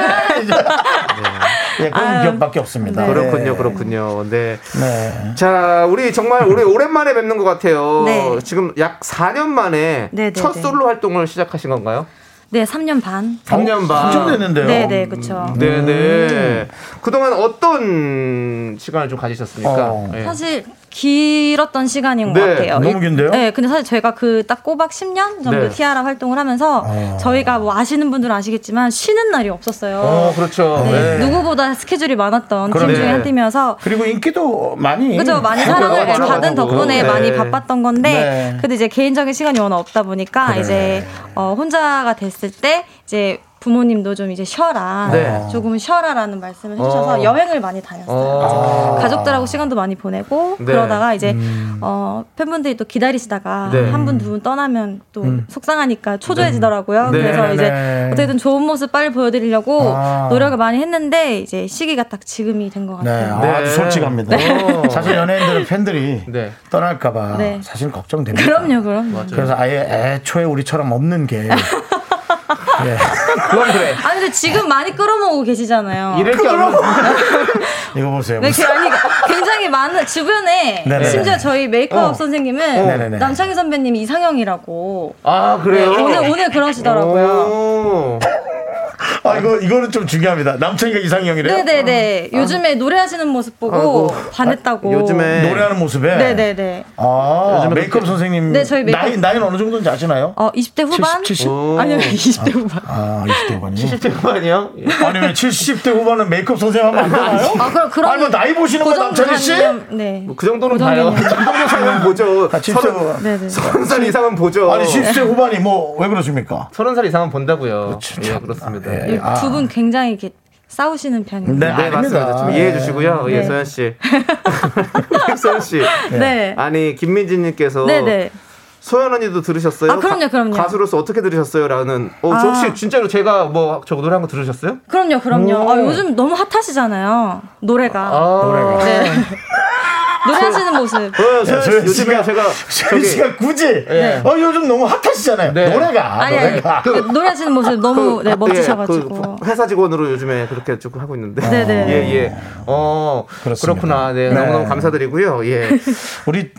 Speaker 1: 예, 그런
Speaker 8: 아유.
Speaker 1: 기억밖에 없습니다.
Speaker 2: 그렇군요,
Speaker 1: 네.
Speaker 2: 그렇군요. 네.
Speaker 1: 네.
Speaker 2: 자, 우리 정말 우리 오랜만에 뵙는 것 같아요.
Speaker 8: 네.
Speaker 2: 지금 약 4년 만에
Speaker 8: 네, 네,
Speaker 2: 첫
Speaker 8: 네.
Speaker 2: 솔로 활동을 시작하신 건가요?
Speaker 8: 네, 3년 반.
Speaker 2: 3년 반.
Speaker 1: 엄청 됐는데요.
Speaker 8: 네, 네, 그쵸.
Speaker 2: 네, 네. 그동안 어떤 시간을 좀 가지셨습니까?
Speaker 1: 어.
Speaker 2: 예.
Speaker 8: 사실 길었던 시간인 것
Speaker 2: 네,
Speaker 8: 같아요.
Speaker 1: 너무
Speaker 8: 이-
Speaker 1: 긴데요?
Speaker 8: 네, 근데 사실 저희가 그 딱 꼬박 10년 정도
Speaker 2: 네.
Speaker 8: 티아라 활동을 하면서 저희가 뭐 아시는 분들은 아시겠지만 쉬는 날이 없었어요.
Speaker 2: 어, 그렇죠. 네.
Speaker 8: 네, 누구보다 스케줄이 많았던
Speaker 2: 그러네.
Speaker 8: 팀 중에 한 팀이어서
Speaker 1: 그리고 인기도 많이.
Speaker 8: 그죠 많이
Speaker 2: 음. 그거요?
Speaker 8: 사랑을
Speaker 2: 맞아,
Speaker 8: 받은
Speaker 2: 맞아. 네.
Speaker 8: 덕분에 많이 바빴던 건데
Speaker 1: 네.
Speaker 8: 근데 이제 개인적인 시간이 워낙 없다 보니까 이제 어, 혼자가 됐을 때 이제 부모님도 좀 이제 쉬어라
Speaker 2: 네.
Speaker 8: 조금 쉬어라라는 말씀을 해주셔서
Speaker 2: 어.
Speaker 8: 여행을 많이 다녔어요.
Speaker 2: 어.
Speaker 8: 가족들하고 시간도 많이 보내고
Speaker 2: 네.
Speaker 8: 그러다가 이제 어, 팬분들이 또 기다리시다가
Speaker 2: 네. 음.
Speaker 8: 한 분 두 분 떠나면 또 속상하니까 초조해지더라고요.
Speaker 2: 네.
Speaker 8: 그래서
Speaker 2: 네.
Speaker 8: 이제
Speaker 1: 네.
Speaker 8: 어떻게든 좋은 모습 빨리 보여드리려고
Speaker 1: 아.
Speaker 8: 노력을 많이 했는데 이제 시기가 딱 지금이 된 것
Speaker 1: 네,
Speaker 8: 같아요.
Speaker 1: 아주 솔직합니다.
Speaker 2: 네.
Speaker 1: 사실 연예인들은 팬들이
Speaker 2: 네.
Speaker 1: 떠날까봐
Speaker 8: 네.
Speaker 1: 사실 걱정됩니다.
Speaker 8: 그럼요, 그럼. 요
Speaker 1: 그래서 아예 애초에 우리처럼 없는 게. 네. 예.
Speaker 2: 그건 그래.
Speaker 8: 아니 근데 지금 많이 끌어모으고 계시잖아요.
Speaker 2: 이럴 게 없는.
Speaker 1: 이거 보세요.
Speaker 8: 네, 그- 아니, 굉장히 많은 주변에
Speaker 1: 네네.
Speaker 8: 심지어 저희 메이크업
Speaker 2: 어.
Speaker 8: 선생님은
Speaker 1: 네네네.
Speaker 8: 남창희 선배님이 이상형이라고
Speaker 2: 아, 그래요? 어.
Speaker 8: 네, 오늘 오늘 그러시더라고요.
Speaker 2: 오.
Speaker 1: 아, 이거, 이거는 좀 중요합니다. 남창이가 이상형이래요?
Speaker 8: 그- 네네네. 요즘에 노래하시는 모습 보고
Speaker 2: 아이고.
Speaker 8: 반했다고.
Speaker 2: 요즘에
Speaker 1: 노래하는 모습에.
Speaker 8: 네. 네네네.
Speaker 1: 아,
Speaker 2: 요즘에
Speaker 1: 메이크업
Speaker 2: 그렇게-
Speaker 1: 선생님.
Speaker 8: 네, 저희 메이크업-
Speaker 1: 나이, 나이는 어느 정도인지 아시나요?
Speaker 8: 어 20대 후반?
Speaker 1: 70?
Speaker 2: 오.
Speaker 8: 아니요 20대 후반.
Speaker 1: 아, 20대 후반이요?
Speaker 2: 잠깐만요. 예.
Speaker 1: 아니, 왜 70대 후반은 메이크업 선생님 하면 안 되나요?
Speaker 8: 아 그럼 그런.
Speaker 1: 아니, 뭐 나이 보시는 거
Speaker 8: 고정
Speaker 1: 남창희 씨?
Speaker 8: 개념, 네.
Speaker 2: 그 정도는 봐요. 그 정도 사면 보죠.
Speaker 1: 아, 70대 후반.
Speaker 8: 네네.
Speaker 2: 서른 살 이상은 보죠.
Speaker 1: 아니 10세 후반이 뭐 왜 그러십니까?
Speaker 2: 서른 살 이상은 본다고요. 예, 그렇습니다.
Speaker 1: 아,
Speaker 2: 예.
Speaker 1: 예. 아.
Speaker 8: 두 분 굉장히 이렇게 싸우시는 편이에요.
Speaker 1: 네,
Speaker 2: 네, 맞습니다. 좀 이해해 주시고요. 예,
Speaker 8: 네.
Speaker 2: 소연 씨. 소연 씨.
Speaker 8: 네.
Speaker 2: 아니, 김민지 님께서
Speaker 8: 네네.
Speaker 2: 소연 언니도 들으셨어요?
Speaker 8: 아, 그럼요, 그럼요.
Speaker 2: 가, 수로서 어떻게 들으셨어요? 라는. 어, 저 혹시
Speaker 8: 아.
Speaker 2: 진짜로 제가 뭐 저 노래 한 거 들으셨어요?
Speaker 8: 그럼요, 그럼요.
Speaker 2: 오.
Speaker 8: 아, 요즘 너무 핫하시잖아요. 노래가.
Speaker 2: 아.
Speaker 1: 노래가.
Speaker 8: 네. 노래하시는 모습.
Speaker 2: 어,
Speaker 1: 야,
Speaker 2: 소연 씨,
Speaker 1: 소연
Speaker 2: 요즘에
Speaker 1: 씨가-
Speaker 2: 제가
Speaker 1: 소연 씨가 굳이
Speaker 2: 예.
Speaker 1: 어 요즘 너무 핫하시잖아요.
Speaker 2: 네.
Speaker 1: 노래가
Speaker 8: 아니, 아니.
Speaker 1: 노래가
Speaker 8: 그 노래하시는 모습 너무 네, 멋지셔가지고.
Speaker 2: 그 아, 예, 그 회사 직원으로 요즘에 그렇게 조금 하고 있는데.
Speaker 8: 네네.
Speaker 2: 예, 예. 어,
Speaker 1: 그렇습니다.
Speaker 2: 구나 네,
Speaker 1: 네.
Speaker 2: 너무너무 감사드리고요. 예.
Speaker 1: 우리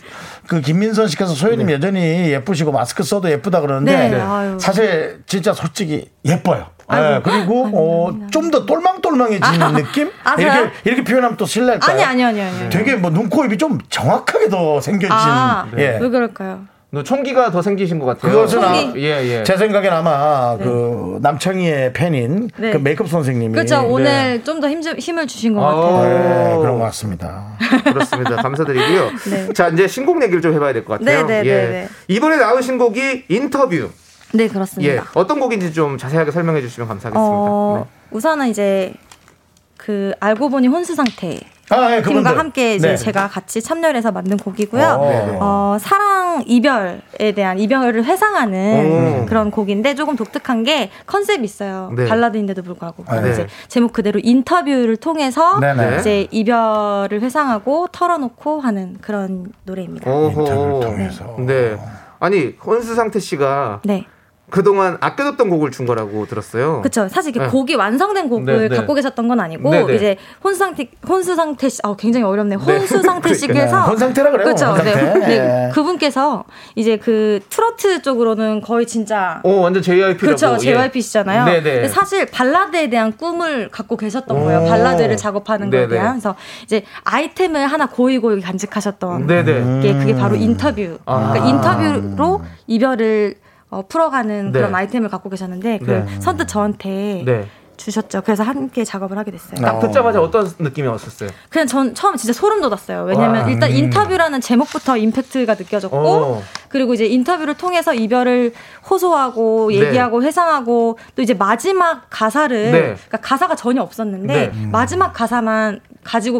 Speaker 1: 그 김민선 씨께서
Speaker 2: 네.
Speaker 1: 소연님 여전히 예쁘시고 마스크 써도 예쁘다 그러는데
Speaker 8: 네, 네. 아유.
Speaker 1: 사실 진짜 솔직히 예뻐요. 예, 그리고 어, 좀 더 똘망똘망해지는 느낌?
Speaker 8: 아,
Speaker 1: 이렇게
Speaker 8: 저요?
Speaker 1: 이렇게 표현하면 또 실례할까요?
Speaker 8: 아니, 아니, 아니, 아니.
Speaker 1: 되게 뭐 눈코입이 좀 정확하게 더 생겨진
Speaker 8: 아,
Speaker 1: 예.
Speaker 8: 왜 그럴까요?
Speaker 2: 너 총기가 더 생기신 것 같아요.
Speaker 1: 그것은 아-
Speaker 8: 총기.
Speaker 2: 예, 예.
Speaker 1: 제 생각엔 아마 그 남창희의 팬인
Speaker 8: 네.
Speaker 1: 그 메이크업 선생님이
Speaker 8: 그렇죠.
Speaker 1: 네,
Speaker 8: 오늘 좀 더 힘을 주신 것
Speaker 2: 어.
Speaker 8: 같아요.
Speaker 1: 네, 그런 것 같습니다.
Speaker 2: 그렇습니다. 감사드리고요.
Speaker 8: 네.
Speaker 2: 자, 이제 신곡 얘기를 좀 해봐야 될 것 같아요.
Speaker 8: 네, 네,
Speaker 2: 예.
Speaker 8: 네, 네.
Speaker 2: 이번에 나온 신곡이 인터뷰.
Speaker 8: 네,
Speaker 2: 예. 네.
Speaker 8: 그렇습니다.
Speaker 2: 어떤 곡인지 좀 자세하게 설명해 주시면 감사하겠습니다.
Speaker 8: 어, 우선은 이제 그 알고 보니 혼수 상태라는
Speaker 1: 아, 예,
Speaker 8: 팀과
Speaker 1: 그분들.
Speaker 8: 함께 이제
Speaker 1: 네.
Speaker 8: 제가 같이 참여를 해서 만든 곡이고요.
Speaker 1: 어, 네.
Speaker 8: 어, 사랑 이별에 대한 이별을 회상하는
Speaker 1: 음.
Speaker 8: 그런 곡인데 조금 독특한 게 컨셉이 있어요.
Speaker 2: 네.
Speaker 8: 발라드인데도 불구하고 그리고
Speaker 1: 네.
Speaker 8: 이제 제목 그대로 인터뷰를 통해서
Speaker 1: 네네.
Speaker 8: 이제 이별을 회상하고 털어놓고 하는 그런
Speaker 1: 어.
Speaker 8: 노래입니다.
Speaker 1: 인터뷰를
Speaker 2: 네. 오호.
Speaker 1: 통해서.
Speaker 2: 네. 아니 혼수상태 씨가
Speaker 8: 네.
Speaker 2: 그동안 아껴뒀던 곡을 준 거라고 들었어요.
Speaker 8: 그렇죠. 사실 이게
Speaker 2: 네.
Speaker 8: 곡이 완성된
Speaker 2: 네,
Speaker 8: 곡을
Speaker 2: 네.
Speaker 8: 갖고 계셨던 건 아니고
Speaker 2: 네, 네.
Speaker 8: 이제 혼수 상태 혼수 상태 씨, 아 굉장히 어렵네. 요
Speaker 2: 네.
Speaker 8: 혼수 상태 씨께서
Speaker 1: 네, 혼상태라 그래요,
Speaker 8: 그렇죠. 네,
Speaker 1: 혼상태.
Speaker 8: 네.
Speaker 1: 예.
Speaker 8: 그분께서 이제 그 트로트 쪽으로는 거의 진짜
Speaker 2: 오 어, 완전 JYP라고. 예.
Speaker 8: 그렇죠. JYP시잖아요.
Speaker 2: 네네.
Speaker 8: 근데 사실 발라드에 대한 꿈을 갖고 계셨던 거예요. 발라드를 작업하는 거에
Speaker 2: 네네.
Speaker 8: 대한. 그래서 이제 아이템을 하나 고이 고이 간직하셨던
Speaker 2: 네네.
Speaker 8: 게 그게 바로 인터뷰.
Speaker 2: 음. 아.
Speaker 8: 그러니까 인터뷰로 이별을 어,
Speaker 2: 네.
Speaker 8: 풀어가는 그런 아이템을 갖고 계셨는데 그걸
Speaker 2: 네.
Speaker 8: 선뜻 저한테
Speaker 2: 네. 아.
Speaker 8: 주셨죠. 그래서 함께 작업을 하게 됐어요.
Speaker 2: 딱 듣자마자 어떤 느낌이었었어요?
Speaker 8: 그냥 전 처음 진짜 소름 돋았어요. 왜냐면
Speaker 2: 와. 음.
Speaker 8: 일단 인터뷰라는 제목부터 임팩트가 느껴졌고
Speaker 2: 어.
Speaker 8: 그리고 이제 인터뷰를 통해서 이별을 호소하고
Speaker 2: 네.
Speaker 8: 얘기하고 회상하고 또 이제 마지막 가사를
Speaker 2: 네.
Speaker 8: 그러니까 가사가 전혀 없었는데
Speaker 2: 네.
Speaker 8: 마지막 가사만 가지고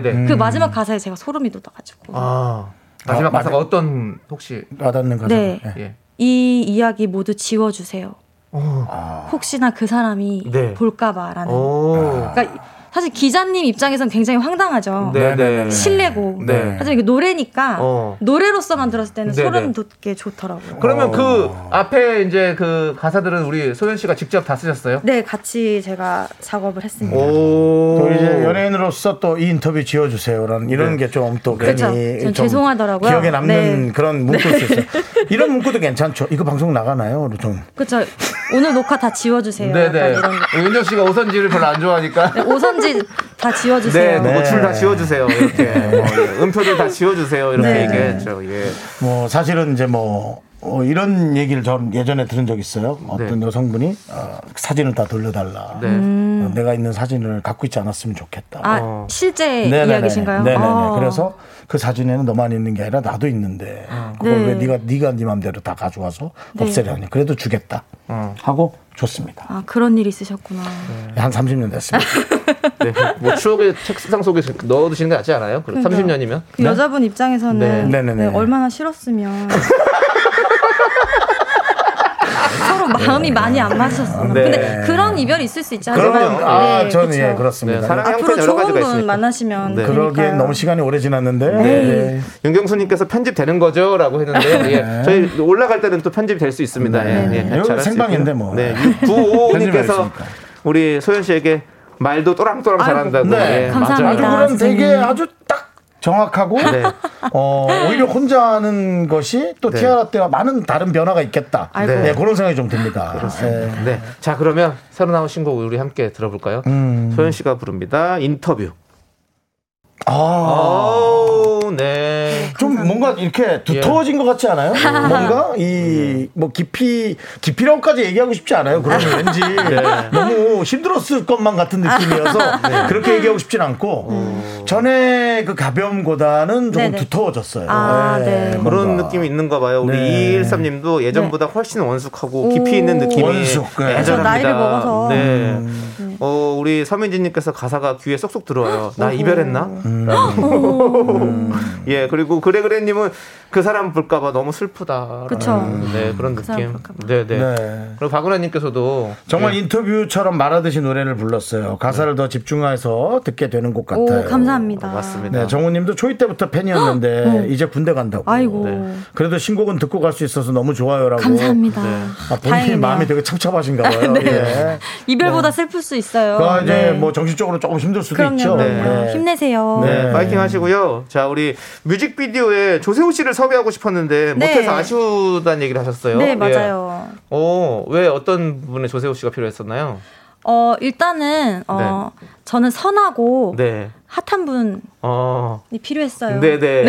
Speaker 2: 네, 네.
Speaker 8: 그 마지막 가사에 제가 소름이 돋아가지고
Speaker 2: 아 마지막
Speaker 1: 음. 아,
Speaker 2: 가사가
Speaker 1: 맞아요.
Speaker 2: 어떤 혹시
Speaker 1: 와닿는 가사.
Speaker 8: 네.
Speaker 1: 예.
Speaker 2: 예.
Speaker 8: 이 이야기 모두 지워주세요. 혹시나 그 사람이
Speaker 2: 어. 네.
Speaker 8: 볼까봐라는.
Speaker 1: 아.
Speaker 2: 오.
Speaker 8: 그러니까 사실 기자님 입장에서는 굉장히 황당하죠.
Speaker 2: 네네.
Speaker 8: 실례고.
Speaker 2: 네.
Speaker 8: 하지만 이게 노래니까
Speaker 2: 어.
Speaker 8: 노래로서만 들었을 때는
Speaker 2: 네네.
Speaker 8: 소름 돋게 좋더라고요.
Speaker 2: 그러면 그
Speaker 1: 어.
Speaker 2: 앞에 이제 그 가사들은 우리 소연 씨가 직접 다 쓰셨어요?
Speaker 8: 네, 같이 제가 작업을 했습니다.
Speaker 2: 어. 오.
Speaker 1: 또 이제 연예인으로서 또 이 인터뷰 지어주세요라는 이런 게 좀 또
Speaker 8: 그쵸.
Speaker 1: 괜히
Speaker 8: 그렇죠. 전
Speaker 1: 좀
Speaker 8: 죄송하더라고요.
Speaker 1: 기억에 남는
Speaker 8: 네.
Speaker 1: 그런 문구일 수 있어요. 이런 문구도 괜찮죠. 이거 방송 나가나요, 좀?
Speaker 8: 그쵸. 오늘 녹화 다 지워주세요. 약간
Speaker 2: 네네.
Speaker 8: 이런 거. 네,
Speaker 2: 윤정 씨가 오선지를 별로 안 좋아하니까.
Speaker 8: 그렇죠. 오선지 다
Speaker 2: 네,
Speaker 8: 지워주세요.
Speaker 1: 네.
Speaker 2: 노출 다 지워주세요. 이렇게 뭐, 예. 음표들 다 지워주세요. 이렇게
Speaker 8: 네.
Speaker 2: 얘기했죠. 예.
Speaker 1: 뭐 사실은 이제 뭐 어, 이런 얘기를 전 예전에 들은 적 있어요. 어떤
Speaker 2: 네.
Speaker 1: 여성분이 어, 사진을 다 돌려달라.
Speaker 2: 네.
Speaker 1: 어,
Speaker 8: 음.
Speaker 1: 내가 있는 사진을 갖고 있지 않았으면 좋겠다.
Speaker 8: 아,
Speaker 2: 어.
Speaker 8: 실제
Speaker 1: 네네네.
Speaker 8: 이야기신가요?
Speaker 1: 네네네.
Speaker 8: 아.
Speaker 1: 그래서 그 사진에는 너만 있는 게 아니라 나도 있는데 그걸
Speaker 8: 네.
Speaker 1: 왜 네가 네가 네 맘대로 다 가져와서 없애려니? 그래도 주겠다.
Speaker 8: 어.
Speaker 1: 하고 줬습니다.
Speaker 8: 아, 그런 일이 있으셨구나.
Speaker 1: 한 30년 됐습니다.
Speaker 2: 네. 뭐 추억의 책상 속에 넣어 두시는 게 낫지 않아요? 그럼
Speaker 8: 그러니까
Speaker 2: 30년이면?
Speaker 8: 그 여자분 입장에서는
Speaker 1: 네. 네네네.
Speaker 8: 네, 얼마나 싫었으면 서로 마음이 많이 안 맞으셨어요.
Speaker 2: 네.
Speaker 8: 근데 그런 이별이 있을 수 있지
Speaker 1: 네. 그럼
Speaker 8: 않지만
Speaker 1: 아
Speaker 8: 네,
Speaker 1: 저는
Speaker 8: 그쵸.
Speaker 1: 예 그렇습니다.
Speaker 2: 네, 사랑의
Speaker 8: 앞으로
Speaker 2: 형태는 여러
Speaker 8: 좋은
Speaker 2: 가지가
Speaker 8: 분
Speaker 2: 있으니까.
Speaker 8: 만나시면
Speaker 2: 네.
Speaker 1: 그러기엔 너무 시간이 오래 지났는데 네.
Speaker 2: 윤경수님께서 편집되는거죠? 라고 했는데요. 예. 저희 올라갈 때는 또 편집이 될 수 있습니다. 예, 예.
Speaker 1: 이건
Speaker 2: 잘할 수
Speaker 1: 네. 생방인데
Speaker 2: 있고요.
Speaker 1: 뭐.
Speaker 2: 네. 95님께서
Speaker 1: 편집하겠습니까?
Speaker 2: 우리 소연씨에게 말도 또랑또랑 잘한다고.
Speaker 1: 네.
Speaker 2: 예,
Speaker 1: 아주
Speaker 8: 감사합니다.
Speaker 1: 그런 되게
Speaker 8: 선생님.
Speaker 1: 아주 딱 정확하고
Speaker 2: 네.
Speaker 1: 어, 오히려 혼자 하는 것이 또
Speaker 2: 네.
Speaker 1: 티아라 때와 많은 다른 변화가 있겠다.
Speaker 8: 아이고.
Speaker 1: 네, 그런 생각이 좀 듭니다. 예.
Speaker 2: 네. 자, 그러면 새로 나온 신곡 우리 함께 들어볼까요?
Speaker 1: 음.
Speaker 2: 소연씨가 부릅니다. 인터뷰.
Speaker 1: 아,
Speaker 2: 오, 네.
Speaker 1: 좀 뭔가 이렇게
Speaker 8: 예.
Speaker 1: 두터워진 것 같지 않아요? 뭔가 이 뭐 깊이 깊이라고까지 얘기하고 싶지 않아요.
Speaker 8: 예.
Speaker 1: 그러면 왠지 너무 힘들었을 것만 같은 느낌이어서
Speaker 8: 네.
Speaker 1: 그렇게 얘기하고 싶진 않고 전에 그 가벼움보다는 조금
Speaker 8: 음. 네네.
Speaker 1: 두터워졌어요. 예,
Speaker 8: 아, 네.
Speaker 1: 뭔가.
Speaker 2: 그런 느낌이 있는가 봐요. 우리
Speaker 1: 네.
Speaker 2: 213님도 예전보다 훨씬 원숙하고
Speaker 8: 오.
Speaker 2: 깊이 있는 느낌이
Speaker 1: 원숙, 네. 음.
Speaker 2: 예전합니다.
Speaker 8: 저 나이를 먹어서.
Speaker 2: 네. 어, 우리 서민진님께서 가사가 귀에 쏙쏙 들어와요.
Speaker 8: 음.
Speaker 2: 나 이별했나?
Speaker 1: 음.
Speaker 2: 예, 그리고 그래그래님은 그 사람 볼까봐 너무 슬프다.
Speaker 8: 그쵸.
Speaker 2: 네, 그런
Speaker 8: 사람
Speaker 2: 느낌.
Speaker 8: 볼까 봐.
Speaker 2: 네, 네.
Speaker 1: 네.
Speaker 2: 그리고 박은하님께서도 네,
Speaker 8: 예.
Speaker 1: 정말 인터뷰처럼 말하듯이 노래를 불렀어요. 가사를 더 집중해서 듣게 되는 것
Speaker 8: 네. 오,
Speaker 1: 같아요.
Speaker 8: 감사합니다.
Speaker 2: 맞습니다.
Speaker 1: 네, 정우님도 초이 때부터 팬이었는데 이제 군대 간다고.
Speaker 8: 어. 아이고.
Speaker 1: 그래도 신곡은 듣고 갈 수 있어서 너무 좋아요라고.
Speaker 8: 감사합니다.
Speaker 1: 아, 본인
Speaker 8: 다행이네요.
Speaker 1: 마음이 되게 착잡하신가 봐요. 예.
Speaker 8: 이별보다 슬플 수 있어요.
Speaker 1: 그러니까 이제
Speaker 8: 네.
Speaker 1: 뭐 정신적으로 조금 힘들 수도
Speaker 8: 그럼요.
Speaker 1: 있죠.
Speaker 8: 그럼요.
Speaker 1: 네.
Speaker 8: 힘내세요.
Speaker 2: 네,
Speaker 1: 네.
Speaker 2: 파이팅 하시고요. 자, 우리 뮤직비디오에 조세호 씨를 섭외하고 싶었는데
Speaker 8: 네.
Speaker 2: 못해서 아쉬우다는 얘기를 하셨어요.
Speaker 8: 네,
Speaker 2: 예.
Speaker 8: 맞아요.
Speaker 2: 어, 왜 어떤 분의 조세호 씨가 필요했었나요?
Speaker 8: 어, 일단은 어,
Speaker 1: 네.
Speaker 8: 저는 선하고
Speaker 2: 네.
Speaker 8: 핫한 분이
Speaker 2: 어.
Speaker 8: 필요했어요.
Speaker 2: 네, 네.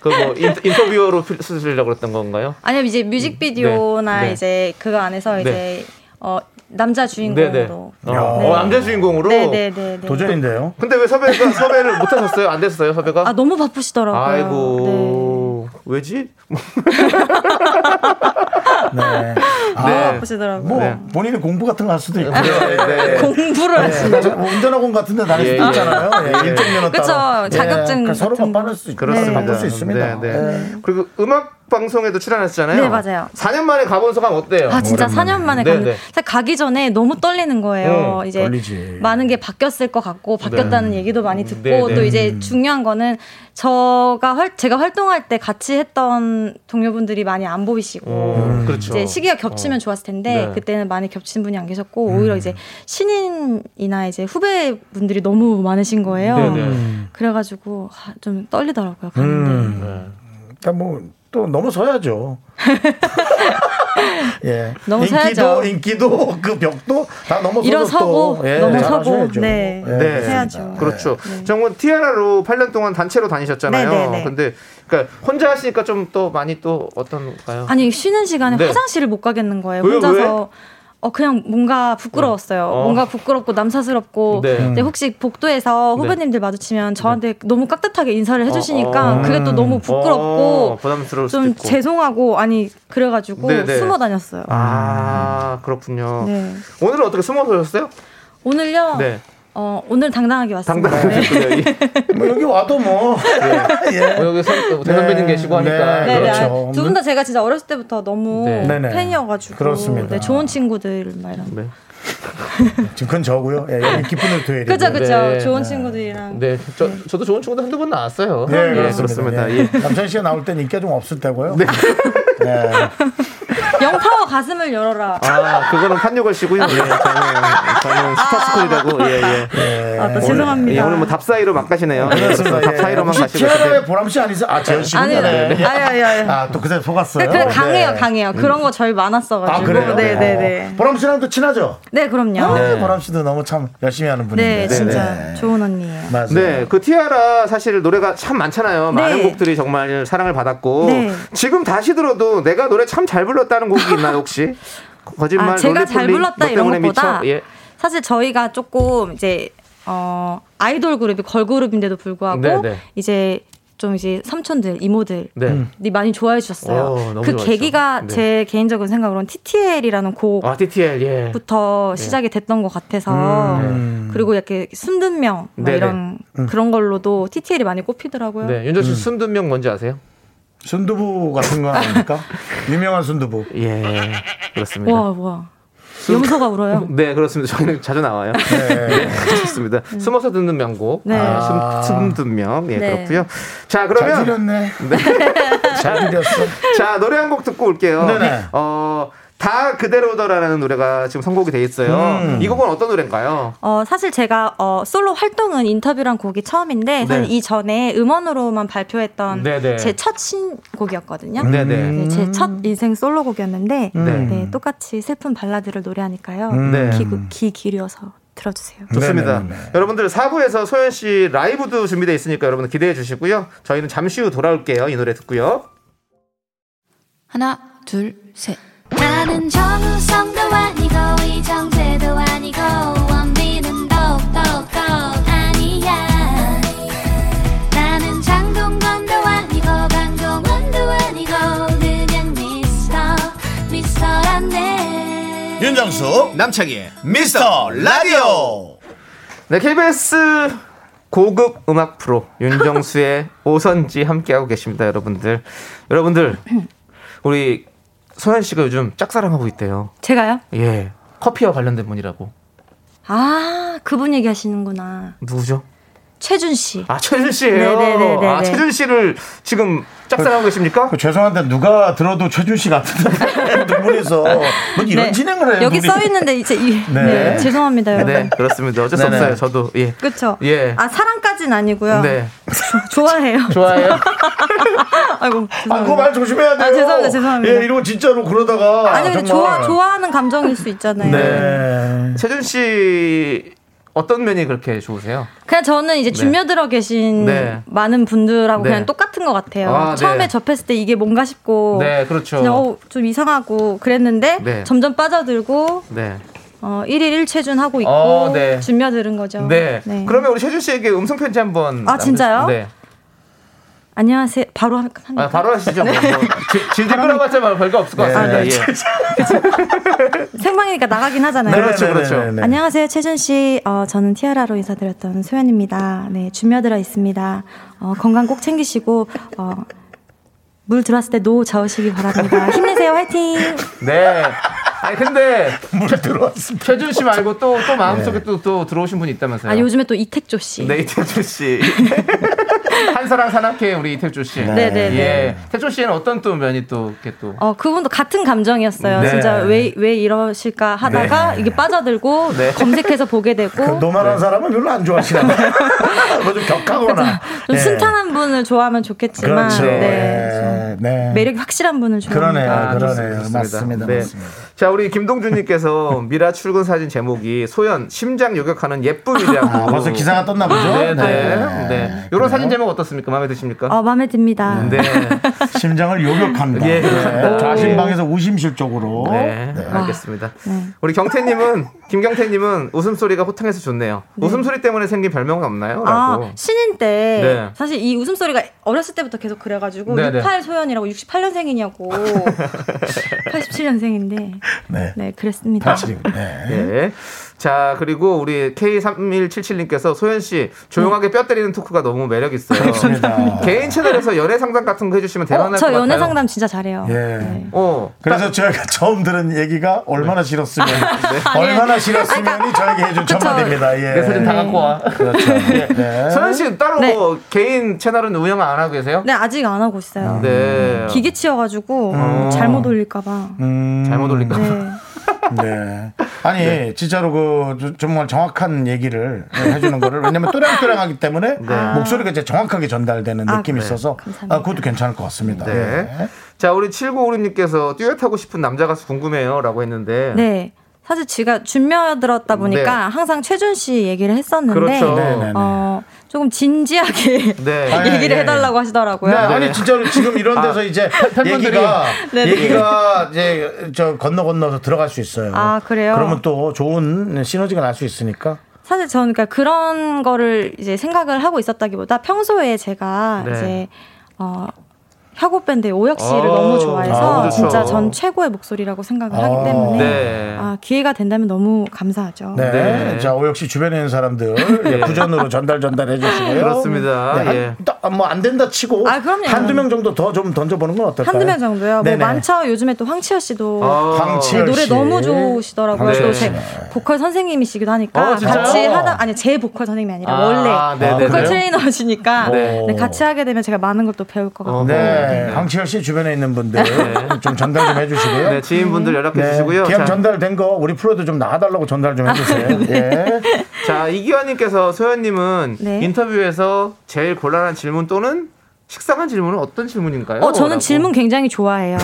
Speaker 2: 그뭐 인터뷰어로 필- 쓰시려고 그랬던 건가요?
Speaker 8: 아니면 이제 뮤직비디오나
Speaker 2: 네, 네.
Speaker 8: 이제 그거 안에서 이제 어, 남자
Speaker 2: 네, 네.
Speaker 8: 주인공으로.
Speaker 2: 어, 어, 남자 주인공으로.
Speaker 8: 네, 네, 네, 네.
Speaker 1: 도전인데요.
Speaker 2: 근데 왜 섭외가 섭외를 못 하셨어요? 안 됐어요, 섭외가?
Speaker 8: 아, 너무 네. 바쁘시더라고요.
Speaker 2: 아이고. 왜지?
Speaker 1: 네. 아,
Speaker 2: 네.
Speaker 8: 보시더라고요.
Speaker 1: 뭐
Speaker 2: 네.
Speaker 1: 본인이 공부 같은 거 할 수도 예. 있고.
Speaker 2: 네.
Speaker 8: 공부를
Speaker 1: 네,
Speaker 8: 하시.
Speaker 1: 저 운전학원 같은 데 다닐
Speaker 2: 예,
Speaker 1: 수도
Speaker 2: 예.
Speaker 1: 있잖아요. 예, 일종 면허
Speaker 8: 그쵸,
Speaker 1: 따로.
Speaker 8: 자격증
Speaker 1: 예, 그 서로
Speaker 8: 같은
Speaker 1: 바꿀 수 있- 네.
Speaker 2: 그렇습니다.
Speaker 1: 바꿀 수 있습니다. 예.
Speaker 2: 네, 네. 그리고 음악 방송에도 출연하셨잖아요.
Speaker 8: 네, 맞아요.
Speaker 2: 4년 만에 가본 소감 어때요?
Speaker 8: 아 진짜 4년 만에
Speaker 2: 네,
Speaker 8: 가
Speaker 2: 네.
Speaker 8: 사실 가기 전에 너무 떨리는 거예요. 이제
Speaker 1: 떨리지.
Speaker 8: 많은 게 바뀌었을 것 같고 바뀌었다는 얘기도 많이 듣고
Speaker 2: 네, 네.
Speaker 8: 또 이제 중요한 거는 저가 활, 제가 활동할 때 같이 했던 동료분들이 많이 안 보이시고
Speaker 2: 어, 그렇죠.
Speaker 8: 이제 시기가 겹치면 좋았을 텐데
Speaker 2: 네. 음.
Speaker 8: 그때는 많이 겹친 분이 안 계셨고 오히려 이제 신인이나 이제 후배 분들이 너무 많으신 거예요.
Speaker 2: 네, 네. 음.
Speaker 8: 그래가지고 아, 좀 떨리더라고요. 가는데.
Speaker 1: 그러니까 뭐 또 너무 서야죠. 예.
Speaker 8: 너무
Speaker 1: 인기도
Speaker 8: 서야죠.
Speaker 1: 인기도 그 벽도 다 넘어서고
Speaker 8: 일어서고,
Speaker 1: 또, 예,
Speaker 8: 넘어서고,
Speaker 1: 잘하셔야죠.
Speaker 8: 네.
Speaker 1: 예,
Speaker 2: 네.
Speaker 8: 해야죠.
Speaker 2: 그렇죠. 정말 티아라로 8년 동안 단체로 다니셨잖아요.
Speaker 8: 네, 네, 네.
Speaker 2: 근데 그러니까 혼자 하시니까 좀 또 많이 또 어떤가요?
Speaker 8: 아니 쉬는 시간에
Speaker 2: 네.
Speaker 8: 화장실을 못 가겠는 거예요.
Speaker 2: 왜요?
Speaker 8: 혼자서 어 그냥 뭔가 부끄러웠어요.
Speaker 2: 어.
Speaker 8: 뭔가 부끄럽고 남사스럽고.
Speaker 2: 네.
Speaker 8: 근데 혹시 복도에서 후배님들 마주치면 저한테 너무 깍듯하게 인사를 해주시니까
Speaker 2: 어.
Speaker 8: 그게 또 너무
Speaker 2: 어,
Speaker 8: 부끄럽고
Speaker 2: 부담스러울 수도
Speaker 8: 좀
Speaker 2: 있고.
Speaker 8: 죄송하고 아니 그래가지고
Speaker 2: 네, 네.
Speaker 8: 숨어 다녔어요.
Speaker 2: 아 그렇군요.
Speaker 8: 네.
Speaker 2: 오늘은 어떻게 숨어서 오셨어요?
Speaker 8: 오늘요.
Speaker 2: 네.
Speaker 8: 어 오늘 당당하게 왔습니다.
Speaker 2: 당당하게
Speaker 8: 네.
Speaker 2: 오셨군요. 이-
Speaker 1: 뭐 여기 와도 뭐 예.
Speaker 2: 어, 여기 선-
Speaker 1: 네,
Speaker 2: 대선배님 계시고 하니까.
Speaker 1: 네,
Speaker 8: 네,
Speaker 1: 그렇죠.
Speaker 8: 두 분 다 제가 진짜 어렸을 때부터 너무
Speaker 2: 네.
Speaker 1: 네네.
Speaker 8: 팬이어가지고
Speaker 1: 그렇습니다.
Speaker 8: 네, 좋은 친구들 막 이런.
Speaker 2: 네.
Speaker 1: 지금 그건 저고요. 예, 여기 기쁜 일토요일
Speaker 8: 그죠 그죠
Speaker 2: 네.
Speaker 8: 좋은 친구들이랑
Speaker 2: 네, 저, 저도 좋은 친구들 한두 번 나왔어요.
Speaker 1: 예,
Speaker 8: 네,
Speaker 2: 예,
Speaker 1: 그렇습니다.
Speaker 2: 예.
Speaker 1: 예. 남창희 씨가 나올 땐 인기가 좀 없을 때고요. 네.
Speaker 8: 영파와 가슴을 열어라.
Speaker 2: 아, 그거는 판유걸 씨고요. 예, 저는, 저는 스타스쿨이라고, 예, 예.
Speaker 8: 아, 또 죄송합니다.
Speaker 2: 예, 오늘 뭐 답사이로만 가시네요. 예,
Speaker 1: 그렇습니다. 예.
Speaker 2: 답사이로만
Speaker 1: 혹시
Speaker 2: 가시고.
Speaker 1: 티아라의 보람 씨 아니세요? 아, 재현 씨군요.
Speaker 8: 아니요.
Speaker 1: 네.
Speaker 8: 아유, 아유, 아유.
Speaker 1: 아, 또 그새 속았어요.
Speaker 8: 근데 그래 강해요,
Speaker 1: 네.
Speaker 8: 강해요. 그런 거 저희 많았어가지고.
Speaker 1: 아, 그래요?
Speaker 8: 네, 네,
Speaker 1: 어.
Speaker 8: 네.
Speaker 1: 보람 씨랑 또 친하죠?
Speaker 8: 네, 그럼요. 네,
Speaker 1: 아, 보람 씨도 너무 참 열심히 하는 분인데.
Speaker 8: 진짜
Speaker 1: 네.
Speaker 8: 좋은 언니예요.
Speaker 1: 맞아요.
Speaker 2: 네, 그 티아라 사실 노래가 참 많잖아요.
Speaker 8: 네.
Speaker 2: 많은 곡들이 정말 사랑을 받았고
Speaker 8: 네.
Speaker 2: 지금 다시 들어도 내가 노래 참 잘 불렀다는 곡이 있나요 혹시? 거짓말
Speaker 8: 아, 제가
Speaker 2: 롤리폴리,
Speaker 8: 잘 불렀다
Speaker 2: 너
Speaker 8: 이런
Speaker 2: 때문에
Speaker 8: 것보다
Speaker 2: 미쳐? 예.
Speaker 8: 사실 저희가 조금 이제 어 아이돌 그룹이 걸그룹인데도 불구하고
Speaker 2: 네, 네.
Speaker 8: 이제 좀 이제 삼촌들, 이모들
Speaker 2: 네.
Speaker 8: 이 많이 좋아해 주셨어요.
Speaker 2: 오, 너무
Speaker 8: 그
Speaker 2: 좋아했죠.
Speaker 8: 계기가
Speaker 2: 네.
Speaker 8: 제 개인적인 생각으로는 TTL이라는 곡
Speaker 2: 아, TTL 예.
Speaker 8: 부터 시작이 됐던 것 같아서 그리고 이렇게 순든명 막
Speaker 2: 네네. 음.
Speaker 8: 이런 그런 걸로도 TTL이 많이 꼽히더라고요.
Speaker 2: 네, 윤정 씨 순둔명 뭔지 아세요?
Speaker 1: 순두부 같은 거 아닙니까? 유명한 순두부.
Speaker 2: 예. 그렇습니다.
Speaker 8: 와, 와. 염소가 울어요.
Speaker 2: 네, 그렇습니다. 저희는 자주 나와요. 네, 좋습니다. 숨어서 듣는 명곡.
Speaker 8: 음. 네.
Speaker 2: 아, 숨, 숨듣 명. 예,
Speaker 8: 네.
Speaker 2: 그렇고요. 자,
Speaker 1: 잘
Speaker 2: 그러면
Speaker 1: 들렸네. 잘 들렸어.
Speaker 2: 자 노래 한 곡 듣고 올게요.
Speaker 1: 네네.
Speaker 2: 어. 다 그대로더라라는 노래가 지금 선곡이 돼 있어요.
Speaker 1: 음.
Speaker 2: 이 곡은 어떤 노래인가요?
Speaker 8: 어, 사실 제가 어, 솔로 활동은 인터뷰란 곡이 처음인데 사실
Speaker 2: 네.
Speaker 8: 이전에 음원으로만 발표했던
Speaker 2: 네네. 음.
Speaker 8: 제 첫 신곡이었거든요.
Speaker 1: 음.
Speaker 2: 네네.
Speaker 8: 제 첫 인생 솔로곡이었는데
Speaker 2: 네.
Speaker 8: 네, 똑같이 슬픈 발라드를 노래하니까요.
Speaker 2: 네.
Speaker 8: 귀, 귀 기울여서 들어주세요.
Speaker 2: 좋습니다.
Speaker 1: 네네네.
Speaker 2: 여러분들 4부에서 소연 씨 라이브도 준비되어 있으니까 여러분 기대해 주시고요. 저희는 잠시 후 돌아올게요. 이 노래 듣고요.
Speaker 6: 하나, 둘, 셋.
Speaker 5: 나는 정우성도 아니고 이정재도 아니고 원빈은 더욱더 아니야 나는 장동건도 아니고 강동원도 아니고 그냥 미스터 미스터란데
Speaker 1: 네.
Speaker 3: 윤정수 남창희 미스터 라디오
Speaker 2: 네, KBS 고급 음악 프로 윤정수의 오선지 함께하고 계십니다, 여러분들. 여러분들, 우리 소연 씨가 요즘 짝사랑하고 있대요.
Speaker 8: 제가요?
Speaker 2: 예. 커피와 관련된 분이라고.
Speaker 8: 아, 그분 얘기하시는구나.
Speaker 2: 누구죠?
Speaker 8: 최준 씨.
Speaker 2: 아, 최준 씨예요.
Speaker 8: 네네네네네.
Speaker 2: 아, 최준 씨를 지금 짝사랑하고 계십니까?
Speaker 1: 그 죄송한데 누가 들어도 최준 씨 같은데 눈물에서 뭐 이런
Speaker 8: 네.
Speaker 1: 진행을 해요.
Speaker 8: 여기
Speaker 1: 둘이.
Speaker 8: 써 있는데 이제 이,
Speaker 1: 네.
Speaker 8: 네. 죄송합니다 여러분.
Speaker 2: 네, 그렇습니다. 어쩔 수
Speaker 1: 네네.
Speaker 2: 없어요. 저도. 예.
Speaker 8: 그렇죠.
Speaker 2: 예.
Speaker 8: 아 사랑까지는 아니고요.
Speaker 2: 네.
Speaker 8: 좋아해요.
Speaker 2: 좋아요.
Speaker 8: 아이고.
Speaker 1: 아,
Speaker 8: 죄송합니다.
Speaker 1: 그거 말 조심해야 돼요.
Speaker 8: 아, 죄송합니다, 죄송합니다.
Speaker 1: 예, 이러고 진짜로 그러다가.
Speaker 8: 아니 근데
Speaker 1: 정말.
Speaker 8: 좋아 좋아하는 감정일 수 있잖아요.
Speaker 1: 네.
Speaker 2: 최준 씨 어떤 면이 그렇게 좋으세요?
Speaker 8: 그냥 저는 이제 준비어 들어 계신
Speaker 2: 네.
Speaker 8: 많은 분들하고
Speaker 2: 네.
Speaker 8: 그냥 똑같은 것 같아요.
Speaker 2: 아, 네.
Speaker 8: 처음에 접했을 때 이게 뭔가 싶고
Speaker 2: 네, 그렇죠.
Speaker 8: 그냥 어, 좀 이상하고 그랬는데
Speaker 2: 네.
Speaker 8: 점점 빠져들고
Speaker 2: 네.
Speaker 8: 어, 1일 1체준 하고 있고
Speaker 2: 어, 네.
Speaker 8: 준비어 들은 거죠. 네.
Speaker 2: 네. 그러면 우리 최준 씨에게 음성 편지 한번
Speaker 8: 아, 진짜요?
Speaker 2: 남겨주- 네.
Speaker 8: 안녕하세요. 바로 합- 합니다.
Speaker 2: 아, 바로 하시죠. 뭐.
Speaker 8: 네.
Speaker 2: 뭐. 질- 질질 끌어봤자 뭐 별거 없을 것
Speaker 8: 아,
Speaker 2: 같습니다.
Speaker 1: 네.
Speaker 2: 예.
Speaker 8: 생방이니까 나가긴 하잖아요.
Speaker 2: 그렇죠, 그렇죠.
Speaker 1: 네네네네.
Speaker 8: 안녕하세요, 최준 씨. 어, 저는 티아라로 인사드렸던 소연입니다. 네, 준비어 들어 있습니다. 어, 건강 꼭 챙기시고 어, 물 들어왔을 때 노 저으시기 바랍니다. 힘내세요, 화이팅.
Speaker 2: 네. 아니 근데
Speaker 1: 물 들어왔습니다.
Speaker 2: 최준 씨 말고 또 또 마음속에 또 또 들어오신 분이 있다면서요.
Speaker 1: 네.
Speaker 8: 아 요즘에 또 이택조 씨.
Speaker 2: 네, 이태주 씨. 한사랑 산악회 우리 이태주 씨.
Speaker 8: 네, 네, 네.
Speaker 2: 예. 태준 씨는 어떤 또 면이 또 이렇게 또
Speaker 8: 어 그분도 같은 감정이었어요.
Speaker 2: 네.
Speaker 8: 진짜 왜 왜 이러실까 하다가 이게 빠져들고
Speaker 2: 네.
Speaker 8: 검색해서 보게
Speaker 1: 그
Speaker 8: 되고
Speaker 1: 노만한 사람은 별로 안 좋아하시나 봐요. 뭐좀 격하거나.
Speaker 8: 좀
Speaker 1: 예.
Speaker 8: 그렇죠. 순탄한 분을 좋아하면 좋겠지만
Speaker 1: 그렇죠.
Speaker 8: 네,
Speaker 1: 네. 네.
Speaker 8: 좀 매력이 확실한 분을
Speaker 1: 그러네요.
Speaker 8: 좋아합니다.
Speaker 1: 그러네요.
Speaker 2: 좋습니다.
Speaker 1: 맞습니다.
Speaker 2: 네.
Speaker 1: 맞습니다.
Speaker 2: 자, 우리 김동준님께서 미라 출근 사진 제목이 소연 심장 요격하는 예쁨이라고.
Speaker 1: 아, 벌써 기사가 떴나 보죠? 네.
Speaker 2: 네, 네. 네. 이런 사진 제목 어떻습니까? 마음에 드십니까?
Speaker 8: 어 마음에 듭니다.
Speaker 2: 네.
Speaker 1: 어? 심장을 요격한다.
Speaker 2: 예.
Speaker 1: 네.
Speaker 2: 오.
Speaker 1: 좌심방에서 우심실 쪽으로.
Speaker 2: 네, 알겠습니다.
Speaker 1: 아, 네.
Speaker 2: 우리 경태님은 김경태님은 웃음소리가 호탕해서 좋네요. 웃음소리 때문에 생긴 별명은 없나요?라고.
Speaker 8: 아 신인 때
Speaker 2: 네.
Speaker 8: 사실 이 웃음소리가 어렸을 때부터 계속 그래가지고
Speaker 2: 네네.
Speaker 8: 68 소연이라고 68년생이냐고 87년생인데
Speaker 1: 네.
Speaker 8: 네 그랬습니다.
Speaker 1: 사실이- 네.
Speaker 2: 네. 자 그리고 우리 K3177님께서 소연 씨 조용하게 뼈 때리는 토크가 너무 매력 있어요.
Speaker 1: 네, 감사합니다.
Speaker 2: 개인 채널에서 연애 상담 같은 거 해주시면 대단할
Speaker 8: 어,
Speaker 2: 것
Speaker 8: 저
Speaker 2: 같아요.
Speaker 8: 연애 상담 진짜 잘해요.
Speaker 1: 예.
Speaker 8: 네.
Speaker 2: 어.
Speaker 1: 그래서 저희가 처음 들은 얘기가 얼마나 싫었으면 네. 얼마나 싫었으면이 저에게 해준
Speaker 8: 그쵸.
Speaker 1: 첫마디입니다. 예.
Speaker 2: 내 사진 다 갖고 와.
Speaker 1: 그렇죠. 네.
Speaker 2: 소연 씨 따로
Speaker 8: 네.
Speaker 2: 뭐 개인 채널은 운영 안 하고 계세요?
Speaker 8: 네, 아직 안 하고 있어요.
Speaker 2: 네.
Speaker 8: 음,
Speaker 2: 음.
Speaker 8: 기계치여가지고 잘못 올릴까봐.
Speaker 1: 음,
Speaker 2: 잘못 올릴까? 봐.
Speaker 8: 네.
Speaker 1: 네. 아니 진짜로 그 저- 정말 정확한 얘기를 해주는 거를 왜냐면 또량또량하기 때문에 목소리가 이제 정확하게 전달되는
Speaker 8: 아,
Speaker 1: 느낌이
Speaker 8: 네.
Speaker 1: 있어서
Speaker 8: 감사합니다.
Speaker 1: 아, 그것도 괜찮을 것 같습니다.
Speaker 2: 네. 자 우리 7956님께서 듀엣하고 싶은 남자 가수 궁금해요라고 했는데
Speaker 8: 네. 사실 제가 준비어 들었다 보니까 항상 최준 씨 얘기를 했었는데
Speaker 2: 네. 그렇죠.
Speaker 1: 네, 네, 네.
Speaker 8: 어, 조금 진지하게
Speaker 2: 네.
Speaker 1: 아, 예,
Speaker 8: 얘기를
Speaker 1: 예,
Speaker 8: 해달라고 하시더라고요.
Speaker 1: 네, 아니 진짜로 지금 이런 데서 이제
Speaker 2: 팬분들이-
Speaker 1: 얘기가
Speaker 8: 네, 네.
Speaker 1: 얘기가 이제 저 건너 건너서 들어갈 수 있어요.
Speaker 8: 아, 그래요?
Speaker 1: 그러면 또 좋은 시너지가 날 수 있으니까.
Speaker 8: 사실 저는 그러니까 그런 거를 이제 생각을 하고 있었다기보다 평소에 제가
Speaker 2: 네.
Speaker 8: 이제 어 혁오 밴드의 오혁 씨를
Speaker 2: 어,
Speaker 8: 너무 좋아해서
Speaker 2: 아, 그렇죠.
Speaker 8: 진짜 전 최고의 목소리라고 생각을
Speaker 1: 아,
Speaker 8: 하기 때문에
Speaker 2: 네.
Speaker 8: 아, 기회가 된다면 너무 감사하죠.
Speaker 1: 네.
Speaker 2: 네.
Speaker 1: 자, 오 역시 주변에 있는 사람들 예,
Speaker 2: 예.
Speaker 1: 구전으로 전달 전달해 주시고요. 네,
Speaker 2: 그렇습니다. 예.
Speaker 1: 아, 뭐안 된다 치고
Speaker 8: 아, 그럼요.
Speaker 1: 한두 명 정도 더 좀 던져 보는 건 어떨까요?
Speaker 8: 한두 명 정도요.
Speaker 1: 네네.
Speaker 8: 뭐 많죠. 요즘에 또 황치열 씨도
Speaker 2: 어.
Speaker 8: 네,
Speaker 1: 황치열
Speaker 8: 노래
Speaker 1: 씨.
Speaker 8: 너무 좋으시더라고요.
Speaker 2: 네.
Speaker 8: 또 제 보컬 선생님이시기도 하니까
Speaker 2: 어, 진짜요?
Speaker 8: 같이 하다 아니 제 보컬 선생님이 아니라
Speaker 2: 아,
Speaker 8: 원래
Speaker 2: 네, 네,
Speaker 8: 보컬
Speaker 1: 그래요?
Speaker 8: 트레이너시니까
Speaker 1: 네.
Speaker 8: 네, 같이 하게 되면 제가 많은 걸 또 배울 것 같아요.
Speaker 2: 어,
Speaker 1: 네. 황치열 씨 주변에 있는 분들 좀 전달 좀 해 주시고요.
Speaker 2: 네, 지인분들 연락해 주시고요.
Speaker 1: 기왕
Speaker 2: 자,
Speaker 1: 전달된 거 우리 프로에도 좀 나와달라고 전달 좀 해주세요.
Speaker 8: 아,
Speaker 1: 예.
Speaker 2: 자, 이기환님께서 소연님은
Speaker 8: 네.
Speaker 2: 인터뷰에서 제일 곤란한 질문 또는 식상한 질문은 어떤 질문인가요?
Speaker 8: 어, 저는
Speaker 2: 라고.
Speaker 8: 질문 굉장히 좋아해요.